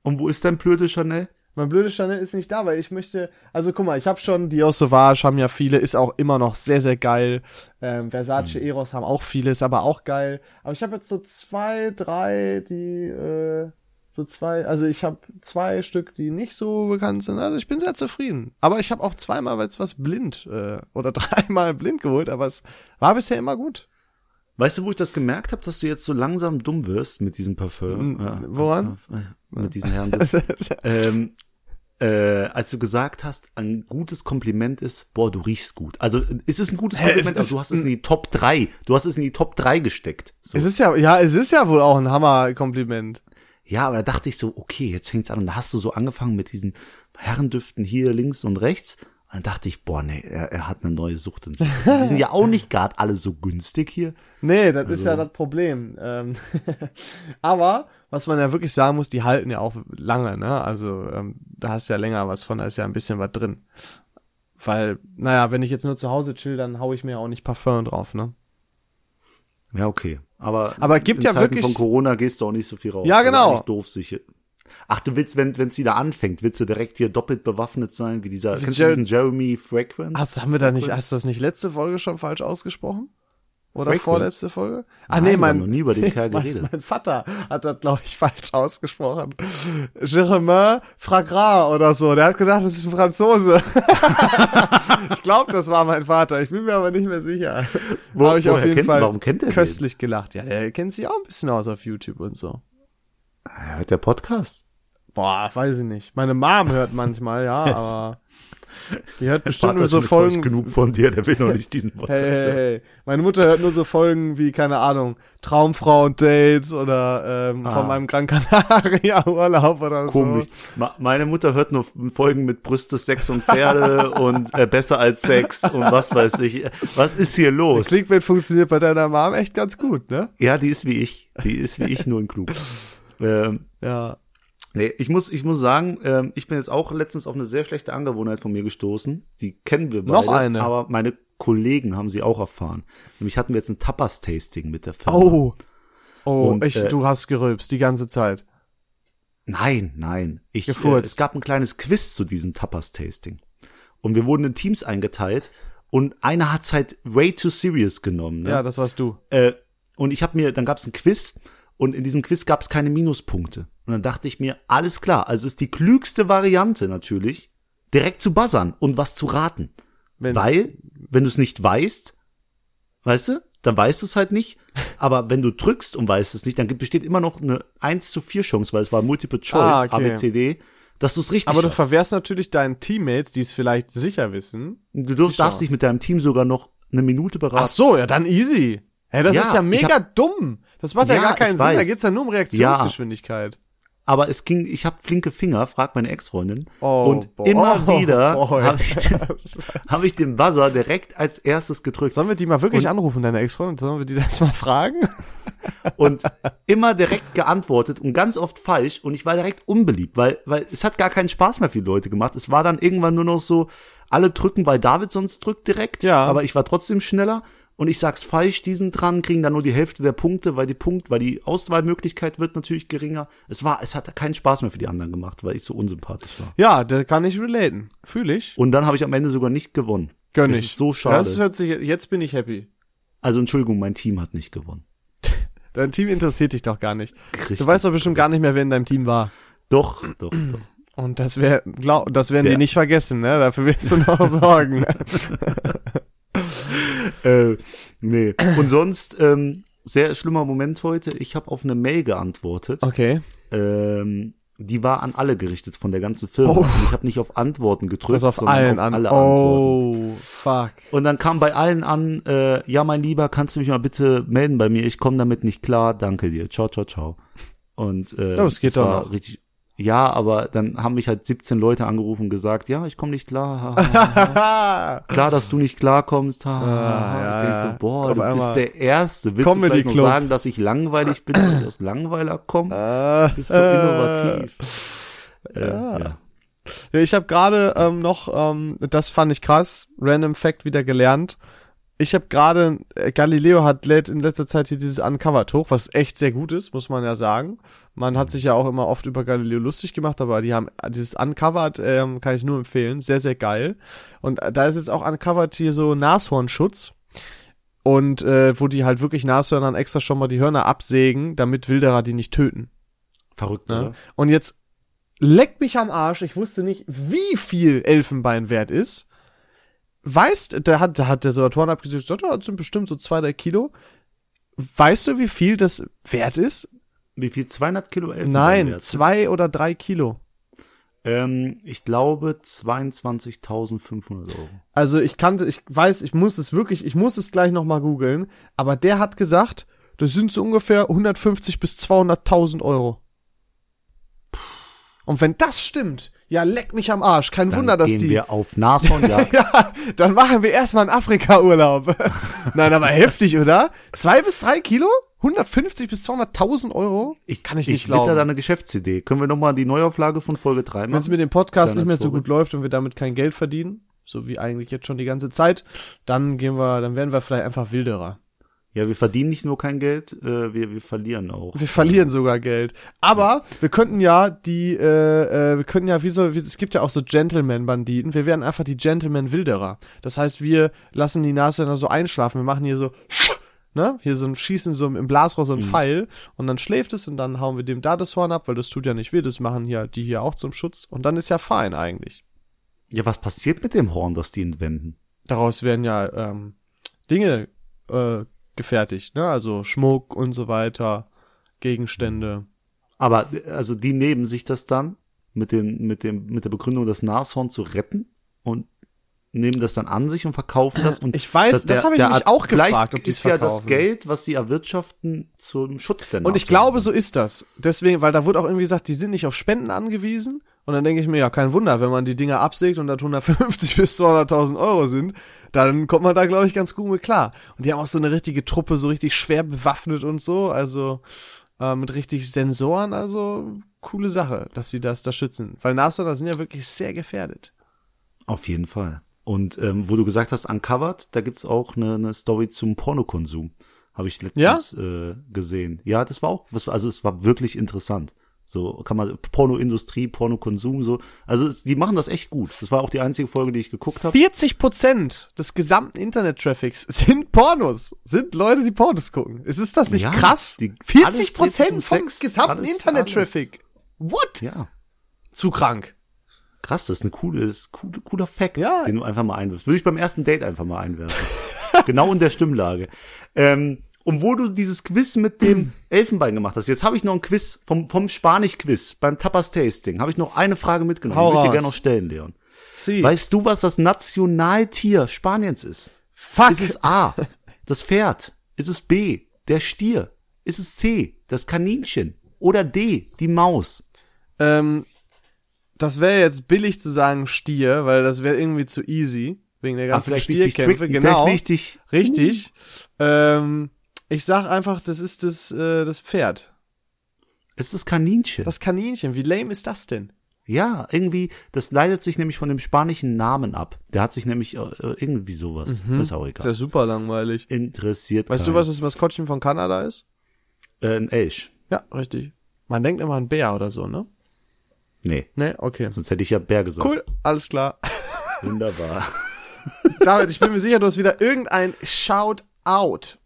[SPEAKER 2] Und wo ist dein blöde Chanel?
[SPEAKER 1] Mein blödes Chanel ist nicht da, weil ich möchte, also guck mal, ich habe schon Dior Sauvage, haben ja viele, ist auch immer noch sehr, sehr geil. Ähm, Versace Eros haben auch viele, ist aber auch geil. Aber ich habe jetzt so zwei, drei, die, äh, so zwei, also ich habe zwei Stück, die nicht so bekannt sind. Also ich bin sehr zufrieden. Aber ich habe auch zweimal jetzt was blind äh, oder *laughs* dreimal blind geholt, aber es war bisher immer gut. *laughs*
[SPEAKER 2] Weißt du, wo ich das gemerkt habe, dass du jetzt so langsam dumm wirst mit diesem Parfum?
[SPEAKER 1] Mm,
[SPEAKER 2] Ja.
[SPEAKER 1] woran?
[SPEAKER 2] Ja, Mit diesen Herrendüften. ähm, äh, als du gesagt hast, ein gutes Kompliment ist, boah, du riechst gut. Also es ist ein gutes
[SPEAKER 1] Hä, es
[SPEAKER 2] Kompliment,
[SPEAKER 1] ist
[SPEAKER 2] aber du hast es in die Top 3. Du hast es in die Top 3 gesteckt. So.
[SPEAKER 1] Es ist ja, ja, es ist ja wohl auch ein Hammer-Kompliment.
[SPEAKER 2] Ja, aber da dachte ich so, okay, jetzt fängt's an. Und da hast du so angefangen mit diesen Herrendüften hier links und rechts. Und dann dachte ich, boah, nee, er, er hat eine neue Sucht. Und die sind
[SPEAKER 1] *laughs*
[SPEAKER 2] ja auch nicht gerade alle so günstig hier.
[SPEAKER 1] Nee, das ist ja
[SPEAKER 2] Also.
[SPEAKER 1] das Problem. Ähm, *laughs* aber was man ja wirklich sagen muss, die halten ja auch lange, ne? Also ähm, da hast du ja länger was von, da ist ja ein bisschen was drin. Weil, naja, wenn ich jetzt nur zu Hause chill, dann hau ich mir auch nicht Parfum drauf, ne?
[SPEAKER 2] Ja, okay. Aber,
[SPEAKER 1] Aber gibt
[SPEAKER 2] in
[SPEAKER 1] ja
[SPEAKER 2] Zeiten
[SPEAKER 1] wirklich-
[SPEAKER 2] von Corona gehst du auch nicht so viel raus.
[SPEAKER 1] Ja, genau.
[SPEAKER 2] Also Nicht doof sich. Ach, du willst, wenn wenn's wieder anfängt, willst du direkt hier doppelt bewaffnet sein, wie dieser, kennst du
[SPEAKER 1] Jared-
[SPEAKER 2] diesen Jeremy Fragrance?
[SPEAKER 1] Hast, haben wir da nicht, hast du das nicht letzte Folge schon falsch ausgesprochen? Oder
[SPEAKER 2] Fragrance.
[SPEAKER 1] vorletzte Folge? Ah,
[SPEAKER 2] Nein,
[SPEAKER 1] nee,
[SPEAKER 2] wir haben
[SPEAKER 1] mein,
[SPEAKER 2] noch nie
[SPEAKER 1] *laughs*
[SPEAKER 2] über den Kerl geredet.
[SPEAKER 1] mein, mein Vater hat das, glaube ich, *laughs* falsch ausgesprochen. Jeremain Fragrant oder so. Der hat gedacht, das ist ein Franzose. *laughs* ich glaube, das war mein Vater. Ich bin mir aber nicht mehr sicher.
[SPEAKER 2] Wo-
[SPEAKER 1] Hab ich auf
[SPEAKER 2] woher
[SPEAKER 1] jeden
[SPEAKER 2] kennt-
[SPEAKER 1] Fall
[SPEAKER 2] warum kennt er den?
[SPEAKER 1] köstlich gelacht. Ja, der kennt sich auch ein bisschen aus auf YouTube und so.
[SPEAKER 2] Er hört der Podcast.
[SPEAKER 1] Boah, weiß ich nicht. Meine Mom hört manchmal,
[SPEAKER 2] *laughs*
[SPEAKER 1] ja, aber die hört bestimmt
[SPEAKER 2] Vater
[SPEAKER 1] nur
[SPEAKER 2] ist
[SPEAKER 1] so
[SPEAKER 2] schon enttäuscht
[SPEAKER 1] Folgen.
[SPEAKER 2] genug von dir, der will noch nicht diesen Podcast.
[SPEAKER 1] *laughs* Hey, hey,
[SPEAKER 2] hören.
[SPEAKER 1] hey. Meine Mutter hört nur so Folgen wie, keine Ahnung, Traumfrau und Dates oder ähm,
[SPEAKER 2] Ah.
[SPEAKER 1] von meinem Gran Canaria *laughs* Urlaub oder
[SPEAKER 2] Komisch.
[SPEAKER 1] so.
[SPEAKER 2] Ma- Meine Mutter hört nur Folgen mit Brüste, Sex und
[SPEAKER 1] *laughs*
[SPEAKER 2] Pferde und äh, besser als Sex und was weiß ich. Was ist hier los?
[SPEAKER 1] Clickbait funktioniert bei deiner Mom echt ganz gut, ne?
[SPEAKER 2] Ja, die ist wie ich. Die ist wie ich, nur ein Klug. Ähm,
[SPEAKER 1] Ja.
[SPEAKER 2] Nee, ich muss, ich muss sagen, ähm, ich bin jetzt auch letztens auf eine sehr schlechte Angewohnheit von mir gestoßen. Die kennen wir beide.
[SPEAKER 1] Noch eine.
[SPEAKER 2] Aber meine Kollegen haben sie auch erfahren. Nämlich hatten wir jetzt ein Tapas-Tasting mit der Firma.
[SPEAKER 1] Oh. Oh,
[SPEAKER 2] Und,
[SPEAKER 1] ich,
[SPEAKER 2] äh,
[SPEAKER 1] du hast gerülpst die ganze Zeit.
[SPEAKER 2] Nein, nein. Ich, äh,
[SPEAKER 1] Gefurzt.
[SPEAKER 2] es gab ein kleines Quiz zu diesem Tapas-Tasting. Und wir wurden in Teams eingeteilt. Und einer hat's halt way too serious genommen. Ne?
[SPEAKER 1] Ja, das warst du.
[SPEAKER 2] Äh, und ich habe mir, dann gab es ein Quiz und in diesem Quiz gab es keine Minuspunkte. Und dann dachte ich mir, alles klar, also ist die klügste Variante natürlich, direkt zu buzzern und was zu raten.
[SPEAKER 1] Wenn-
[SPEAKER 2] Weil, wenn du es nicht weißt, weißt du, dann weißt du es halt nicht. Aber wenn du drückst und weißt es nicht, dann gibt- besteht immer noch eine 1 zu 4 Chance, weil es war Multiple Choice,
[SPEAKER 1] Ah, okay.
[SPEAKER 2] ABCD, dass du es richtig
[SPEAKER 1] Aber du
[SPEAKER 2] hast.
[SPEAKER 1] verwehrst natürlich deinen Teammates, die es vielleicht sicher wissen.
[SPEAKER 2] Du dürf, darfst
[SPEAKER 1] Chance.
[SPEAKER 2] dich mit deinem Team sogar noch eine Minute beraten.
[SPEAKER 1] Ach so, ja, dann easy. Hä, das
[SPEAKER 2] Ja,
[SPEAKER 1] ist ja
[SPEAKER 2] ich
[SPEAKER 1] mega dumm. Das macht ja,
[SPEAKER 2] Ja,
[SPEAKER 1] gar keinen
[SPEAKER 2] ich
[SPEAKER 1] Sinn. Da
[SPEAKER 2] weiß.
[SPEAKER 1] geht's ja nur um Reaktionsgeschwindigkeit.
[SPEAKER 2] aber es ging, ich habe flinke Finger, fragt meine Ex-Freundin.
[SPEAKER 1] Oh,
[SPEAKER 2] und
[SPEAKER 1] boy.
[SPEAKER 2] immer
[SPEAKER 1] *laughs* Oh,
[SPEAKER 2] wieder
[SPEAKER 1] boy.
[SPEAKER 2] habe
[SPEAKER 1] *laughs*
[SPEAKER 2] ich, den- hab ich den Buzzer direkt als erstes gedrückt.
[SPEAKER 1] Sollen wir die mal wirklich
[SPEAKER 2] Und-
[SPEAKER 1] anrufen, deine Ex-Freundin? Sollen wir die *laughs* das mal fragen?
[SPEAKER 2] Und immer direkt geantwortet und ganz oft falsch. Und ich war direkt unbeliebt, weil, weil es hat gar keinen Spaß mehr für die Leute gemacht. Es war dann irgendwann nur noch so, alle drücken, weil David sonst drückt direkt.
[SPEAKER 1] Ja.
[SPEAKER 2] Aber ich war trotzdem schneller. Und ich sag's falsch, diesen dran kriegen dann nur die Hälfte der Punkte, weil die Punkt, weil die Auswahlmöglichkeit wird natürlich geringer. Es war, es hat keinen Spaß mehr für die anderen gemacht, weil ich so unsympathisch war.
[SPEAKER 1] Ja, da kann ich relaten. Fühle ich.
[SPEAKER 2] Und dann habe ich am Ende sogar nicht gewonnen.
[SPEAKER 1] Gönn
[SPEAKER 2] das
[SPEAKER 1] ich.
[SPEAKER 2] Ist so schade.
[SPEAKER 1] Das hört sich, jetzt bin ich happy.
[SPEAKER 2] also Entschuldigung, mein Team hat nicht gewonnen.
[SPEAKER 1] Dein Team interessiert dich doch gar nicht.
[SPEAKER 2] Richtig.
[SPEAKER 1] Du weißt doch bestimmt gar nicht mehr, wer in deinem Team war.
[SPEAKER 2] Doch, doch, doch.
[SPEAKER 1] Und das wär, glaub, das werden
[SPEAKER 2] Ja.
[SPEAKER 1] die nicht vergessen, ne? Dafür wirst du noch *laughs* sorgen. ne?
[SPEAKER 2] *clears throat* äh, nee. Und sonst ähm, sehr schlimmer Moment heute. Ich habe auf eine Mail geantwortet.
[SPEAKER 1] Okay.
[SPEAKER 2] Ähm, die war an alle gerichtet von der ganzen Firma.
[SPEAKER 1] Oh.
[SPEAKER 2] Und Ich habe nicht auf Antworten gedrückt,
[SPEAKER 1] Das auf
[SPEAKER 2] sondern
[SPEAKER 1] allen
[SPEAKER 2] auf
[SPEAKER 1] an.
[SPEAKER 2] alle Antworten.
[SPEAKER 1] oh, fuck. *laughs*
[SPEAKER 2] Und dann kam bei allen an, äh, ja, mein Lieber, kannst du mich mal bitte melden bei mir? Ich komme damit nicht klar. Danke dir. Ciao, ciao, ciao. Und äh,
[SPEAKER 1] Ja, das geht
[SPEAKER 2] es
[SPEAKER 1] doch
[SPEAKER 2] war
[SPEAKER 1] noch.
[SPEAKER 2] richtig. Ja, aber dann haben mich halt 17 Leute angerufen und gesagt, ja, ich komme nicht klar.
[SPEAKER 1] *laughs*
[SPEAKER 2] Ha, ha, ha.
[SPEAKER 1] Ah,
[SPEAKER 2] klar, dass du nicht klarkommst. Ha, ha, ha.
[SPEAKER 1] Ah,
[SPEAKER 2] ich
[SPEAKER 1] ja,
[SPEAKER 2] denk
[SPEAKER 1] ja.
[SPEAKER 2] so, boah,
[SPEAKER 1] Auf
[SPEAKER 2] du
[SPEAKER 1] einmal
[SPEAKER 2] bist der Erste. Willst du
[SPEAKER 1] Comedy
[SPEAKER 2] gleich noch
[SPEAKER 1] Club.
[SPEAKER 2] sagen, dass ich langweilig bin, dass ich aus Langweiler komme?
[SPEAKER 1] äh,
[SPEAKER 2] *laughs* Bist so innovativ. Äh,
[SPEAKER 1] ja.
[SPEAKER 2] ja.
[SPEAKER 1] Ja, ich habe gerade ähm, noch, ähm, das fand ich krass, Random Fact wieder gelernt. Ich habe gerade, äh, Galileo hat lädt in letzter Zeit hier dieses Uncovered hoch, was echt sehr gut ist, muss man ja sagen. Man hat sich ja auch immer oft über Galileo lustig gemacht, aber die haben äh, dieses Uncovered, ähm, kann ich nur empfehlen, sehr, sehr geil. Und äh, da ist jetzt auch Uncovered hier so Nashornschutz. Und äh, wo die halt wirklich Nashörnern extra schon mal die Hörner absägen, damit Wilderer die nicht töten.
[SPEAKER 2] Verrückt,
[SPEAKER 1] Ne?
[SPEAKER 2] oder?
[SPEAKER 1] Und jetzt leck mich am Arsch, ich wusste nicht, wie viel Elfenbein wert ist. Weißt, da hat, da hat der Saturn abgesucht, gesagt, ja, das sind bestimmt so zwei, drei Kilo. Weißt du, wie viel das wert ist?
[SPEAKER 2] Wie viel? 200 Kilo Elfenbein
[SPEAKER 1] Nein,
[SPEAKER 2] wert?
[SPEAKER 1] zwei oder drei Kilo.
[SPEAKER 2] Ähm, ich glaube 22.500 Euro.
[SPEAKER 1] Also ich kannte, ich weiß, ich muss es wirklich, ich muss es gleich nochmal googeln, aber der hat gesagt, das sind so ungefähr 150 bis 200.000 Euro. Und wenn das stimmt, ja, leck mich am Arsch. Kein
[SPEAKER 2] Dann
[SPEAKER 1] Wunder, dass
[SPEAKER 2] gehen
[SPEAKER 1] die
[SPEAKER 2] wir auf Nashornjagd. *laughs*
[SPEAKER 1] Ja, *laughs* dann machen wir erstmal einen Afrika-Urlaub. *laughs* Nein, aber heftig, oder? Zwei bis drei Kilo? 150 bis 200.000 Euro? Kann ich nicht
[SPEAKER 2] Ich witter
[SPEAKER 1] glauben.
[SPEAKER 2] da eine Geschäftsidee. Können wir nochmal die Neuauflage von Folge 3
[SPEAKER 1] Wenn es
[SPEAKER 2] machen?
[SPEAKER 1] mit dem Podcast
[SPEAKER 2] Kleiner
[SPEAKER 1] nicht mehr so
[SPEAKER 2] Tobi.
[SPEAKER 1] gut läuft und wir damit kein Geld verdienen, so wie eigentlich jetzt schon die ganze Zeit, dann gehen wir, dann werden wir vielleicht einfach wilderer.
[SPEAKER 2] Ja, wir verdienen nicht nur kein Geld, äh, wir, wir verlieren auch.
[SPEAKER 1] Wir verlieren sogar Geld. Aber wir könnten ja die, äh, äh, wir können ja, wie so, wie, es gibt ja auch so Gentleman-Banditen. Wir werden einfach die Gentleman-Wilderer. Das heißt, wir lassen die Nashörner so einschlafen. Wir machen hier so, ne, hier so ein Schießen so im Blasrohr so ein Pfeil und dann schläft es und dann hauen wir dem da das Horn ab, weil das tut ja nicht weh. Das machen hier die hier auch zum Schutz und dann ist ja fein eigentlich.
[SPEAKER 2] Ja, was passiert mit dem Horn, das die entwenden?
[SPEAKER 1] Daraus werden ja ähm, Dinge äh, gefertigt, ne, also Schmuck und so weiter, Gegenstände.
[SPEAKER 2] Aber also die nehmen sich das dann mit, den, mit, dem, mit der Begründung, das Nashorn zu retten und nehmen das dann an sich und verkaufen das. Und
[SPEAKER 1] Ich weiß, das habe ich mich
[SPEAKER 2] Art-
[SPEAKER 1] auch
[SPEAKER 2] vielleicht
[SPEAKER 1] gefragt, ob die es
[SPEAKER 2] ist ja das
[SPEAKER 1] verkaufen.
[SPEAKER 2] Geld, was sie erwirtschaften, zum Schutz der
[SPEAKER 1] Und ich
[SPEAKER 2] Nashörner.
[SPEAKER 1] glaube, so ist das. Deswegen, weil da wurde auch irgendwie gesagt, die sind nicht auf Spenden angewiesen. Und dann denke ich mir, ja, kein Wunder, wenn man die Dinger absägt und da 150 *laughs* bis 200.000 Euro sind, dann kommt man da, glaube ich, ganz gut mit klar. Und die haben auch so eine richtige Truppe, so richtig schwer bewaffnet und so, also äh, mit richtig Sensoren, also coole Sache, dass sie das da schützen. Weil Nashörner sind ja wirklich sehr gefährdet.
[SPEAKER 2] Auf jeden Fall. Und ähm, wo du gesagt hast, Uncovered, da gibt's auch eine, eine Story zum Pornokonsum. Habe ich letztens äh, gesehen. Ja, das war auch, das war, also es war wirklich interessant. So kann man Pornoindustrie, Pornokonsum, so. Also es, die machen das echt gut. Das war auch die einzige Folge, die ich geguckt habe.
[SPEAKER 1] 40 Prozent des gesamten Internet-Traffics sind Pornos, sind Leute, die Pornos gucken. Ist es das nicht
[SPEAKER 2] Ja,
[SPEAKER 1] krass?
[SPEAKER 2] die-
[SPEAKER 1] 40
[SPEAKER 2] alles dreht sich um
[SPEAKER 1] Prozent vom
[SPEAKER 2] Sex,
[SPEAKER 1] gesamten
[SPEAKER 2] alles,
[SPEAKER 1] Internet-Traffic. What?
[SPEAKER 2] Ja,
[SPEAKER 1] Zu krank.
[SPEAKER 2] krass, das ist eine coole, das ist cool, cooler Fact,
[SPEAKER 1] Ja.
[SPEAKER 2] den du einfach mal einwirfst. Würde ich beim ersten Date einfach mal einwerfen. *laughs* genau in der Stimmlage. Ähm, und wo du dieses Quiz
[SPEAKER 1] *clears throat*
[SPEAKER 2] mit dem Elfenbein gemacht hast, jetzt habe ich noch ein Quiz vom, vom Spanisch-Quiz beim Tapas-Tasting. Habe ich noch eine Frage mitgenommen,
[SPEAKER 1] Hau
[SPEAKER 2] die ich dir
[SPEAKER 1] raus.
[SPEAKER 2] gerne noch stellen, Leon.
[SPEAKER 1] Sie.
[SPEAKER 2] Weißt du, was das Nationaltier Spaniens ist?
[SPEAKER 1] Fuck.
[SPEAKER 2] Ist
[SPEAKER 1] *laughs*
[SPEAKER 2] es A, das Pferd? Ist es B, der Stier? Ist es C, das Kaninchen? Oder D, die Maus?
[SPEAKER 1] ähm, das wäre jetzt billig zu sagen Stier, weil das wäre irgendwie zu easy. Wegen der
[SPEAKER 2] Ah,
[SPEAKER 1] ganzen
[SPEAKER 2] vielleicht will ich dich
[SPEAKER 1] Stierkämpfe.
[SPEAKER 2] tricken,
[SPEAKER 1] Genau.
[SPEAKER 2] Vielleicht wichtig.
[SPEAKER 1] Richtig. Ähm, ich sag einfach, das ist das, äh, das Pferd.
[SPEAKER 2] Es ist Kaninchen.
[SPEAKER 1] Das Kaninchen. Wie lame ist das denn?
[SPEAKER 2] Ja, irgendwie, das leitet sich nämlich von dem spanischen Namen ab. Der hat sich nämlich äh, äh, irgendwie sowas. Ist auch
[SPEAKER 1] Ist
[SPEAKER 2] egal.
[SPEAKER 1] ja super langweilig.
[SPEAKER 2] Interessiert
[SPEAKER 1] Mhm. Weißt du, was das Maskottchen von Kanada ist?
[SPEAKER 2] Äh, ein Elch.
[SPEAKER 1] Ja, richtig. Man denkt immer an Bär oder so, ne?
[SPEAKER 2] Nee,
[SPEAKER 1] Ne, okay.
[SPEAKER 2] sonst hätte ich ja Bär gesagt.
[SPEAKER 1] Cool, alles klar.
[SPEAKER 2] Wunderbar.
[SPEAKER 1] David, ich bin mir sicher, du hast wieder irgendein Shout-out.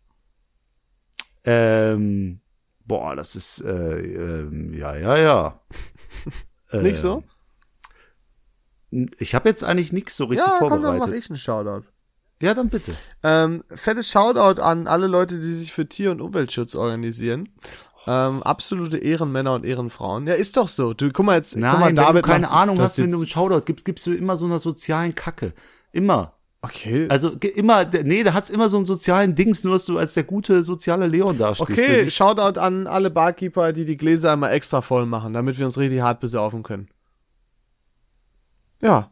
[SPEAKER 2] ähm, boah, das ist, äh, ähm, ja, ja, ja.
[SPEAKER 1] *laughs*
[SPEAKER 2] Äh, Ähm,
[SPEAKER 1] Nicht so?
[SPEAKER 2] Ich habe jetzt eigentlich nichts so richtig
[SPEAKER 1] Ja, komm, dann
[SPEAKER 2] vorbereitet.
[SPEAKER 1] mach ich einen Shoutout.
[SPEAKER 2] Ja, dann bitte.
[SPEAKER 1] Ähm, fettes Shoutout an alle Leute, die sich für Tier- und Umweltschutz organisieren. Ähm, absolute Ehrenmänner und Ehrenfrauen. Ja, ist doch so. Du, guck mal jetzt,
[SPEAKER 2] Nein,
[SPEAKER 1] guck mal,
[SPEAKER 2] wenn du
[SPEAKER 1] David
[SPEAKER 2] keine
[SPEAKER 1] macht
[SPEAKER 2] Ahnung
[SPEAKER 1] das
[SPEAKER 2] hast, wenn
[SPEAKER 1] jetzt-
[SPEAKER 2] du einen Shoutout gibst, gibst du immer so einer sozialen Kacke. Immer.
[SPEAKER 1] Okay,
[SPEAKER 2] Also ge- immer, der- nee, da hat's immer so einen sozialen Dings, nur dass du als der gute soziale Leon dastehst. der
[SPEAKER 1] okay,
[SPEAKER 2] sich-
[SPEAKER 1] Shoutout an alle Barkeeper, die die Gläser einmal extra voll machen, damit wir uns richtig hart besaufen können. Ja.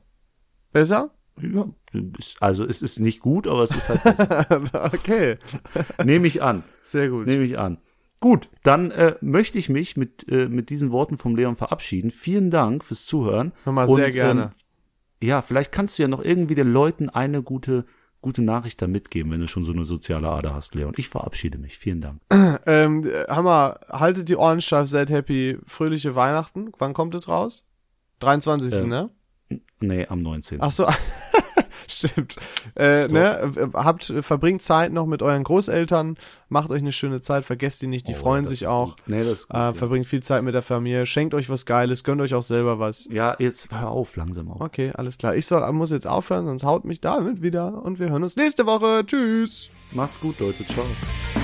[SPEAKER 1] Besser? *laughs*
[SPEAKER 2] Ja, ist- also es ist nicht gut, aber es
[SPEAKER 1] *laughs*
[SPEAKER 2] ist halt,
[SPEAKER 1] okay,
[SPEAKER 2] nehme ich an,
[SPEAKER 1] sehr gut.
[SPEAKER 2] nehme ich an. Gut, dann äh, möchte ich mich mit, äh, mit diesen Worten vom Leon verabschieden. Vielen Dank fürs Zuhören.
[SPEAKER 1] Nochmal
[SPEAKER 2] Und,
[SPEAKER 1] sehr gerne.
[SPEAKER 2] Ähm, ja, vielleicht kannst du ja noch irgendwie den Leuten eine gute, gute Nachricht da mitgeben, wenn du schon so eine soziale Ader hast, Leon. Ich verabschiede mich. Vielen Dank.
[SPEAKER 1] Ähm, äh, Hammer, haltet die Ohren steif, seid happy, fröhliche Weihnachten. Wann kommt es raus? 23. ne?
[SPEAKER 2] Nee, am 19.
[SPEAKER 1] Ach so. *laughs* Stimmt. Äh, ne? äh, Habt, äh, verbringt Zeit noch mit euren Großeltern, macht euch eine schöne Zeit, vergesst die nicht, die
[SPEAKER 2] Oh,
[SPEAKER 1] freuen
[SPEAKER 2] das
[SPEAKER 1] sich
[SPEAKER 2] ist
[SPEAKER 1] auch.
[SPEAKER 2] Gut. Nee, das ist gut,
[SPEAKER 1] Äh,
[SPEAKER 2] ja.
[SPEAKER 1] verbringt viel Zeit mit der Familie, schenkt euch was Geiles, gönnt euch auch selber was.
[SPEAKER 2] ja, jetzt hör auf langsam auf.
[SPEAKER 1] Okay, alles klar. Ich soll, muss jetzt aufhören, sonst haut mich damit wieder und wir hören uns nächste Woche. Tschüss.
[SPEAKER 2] Macht's gut, Leute. Ciao.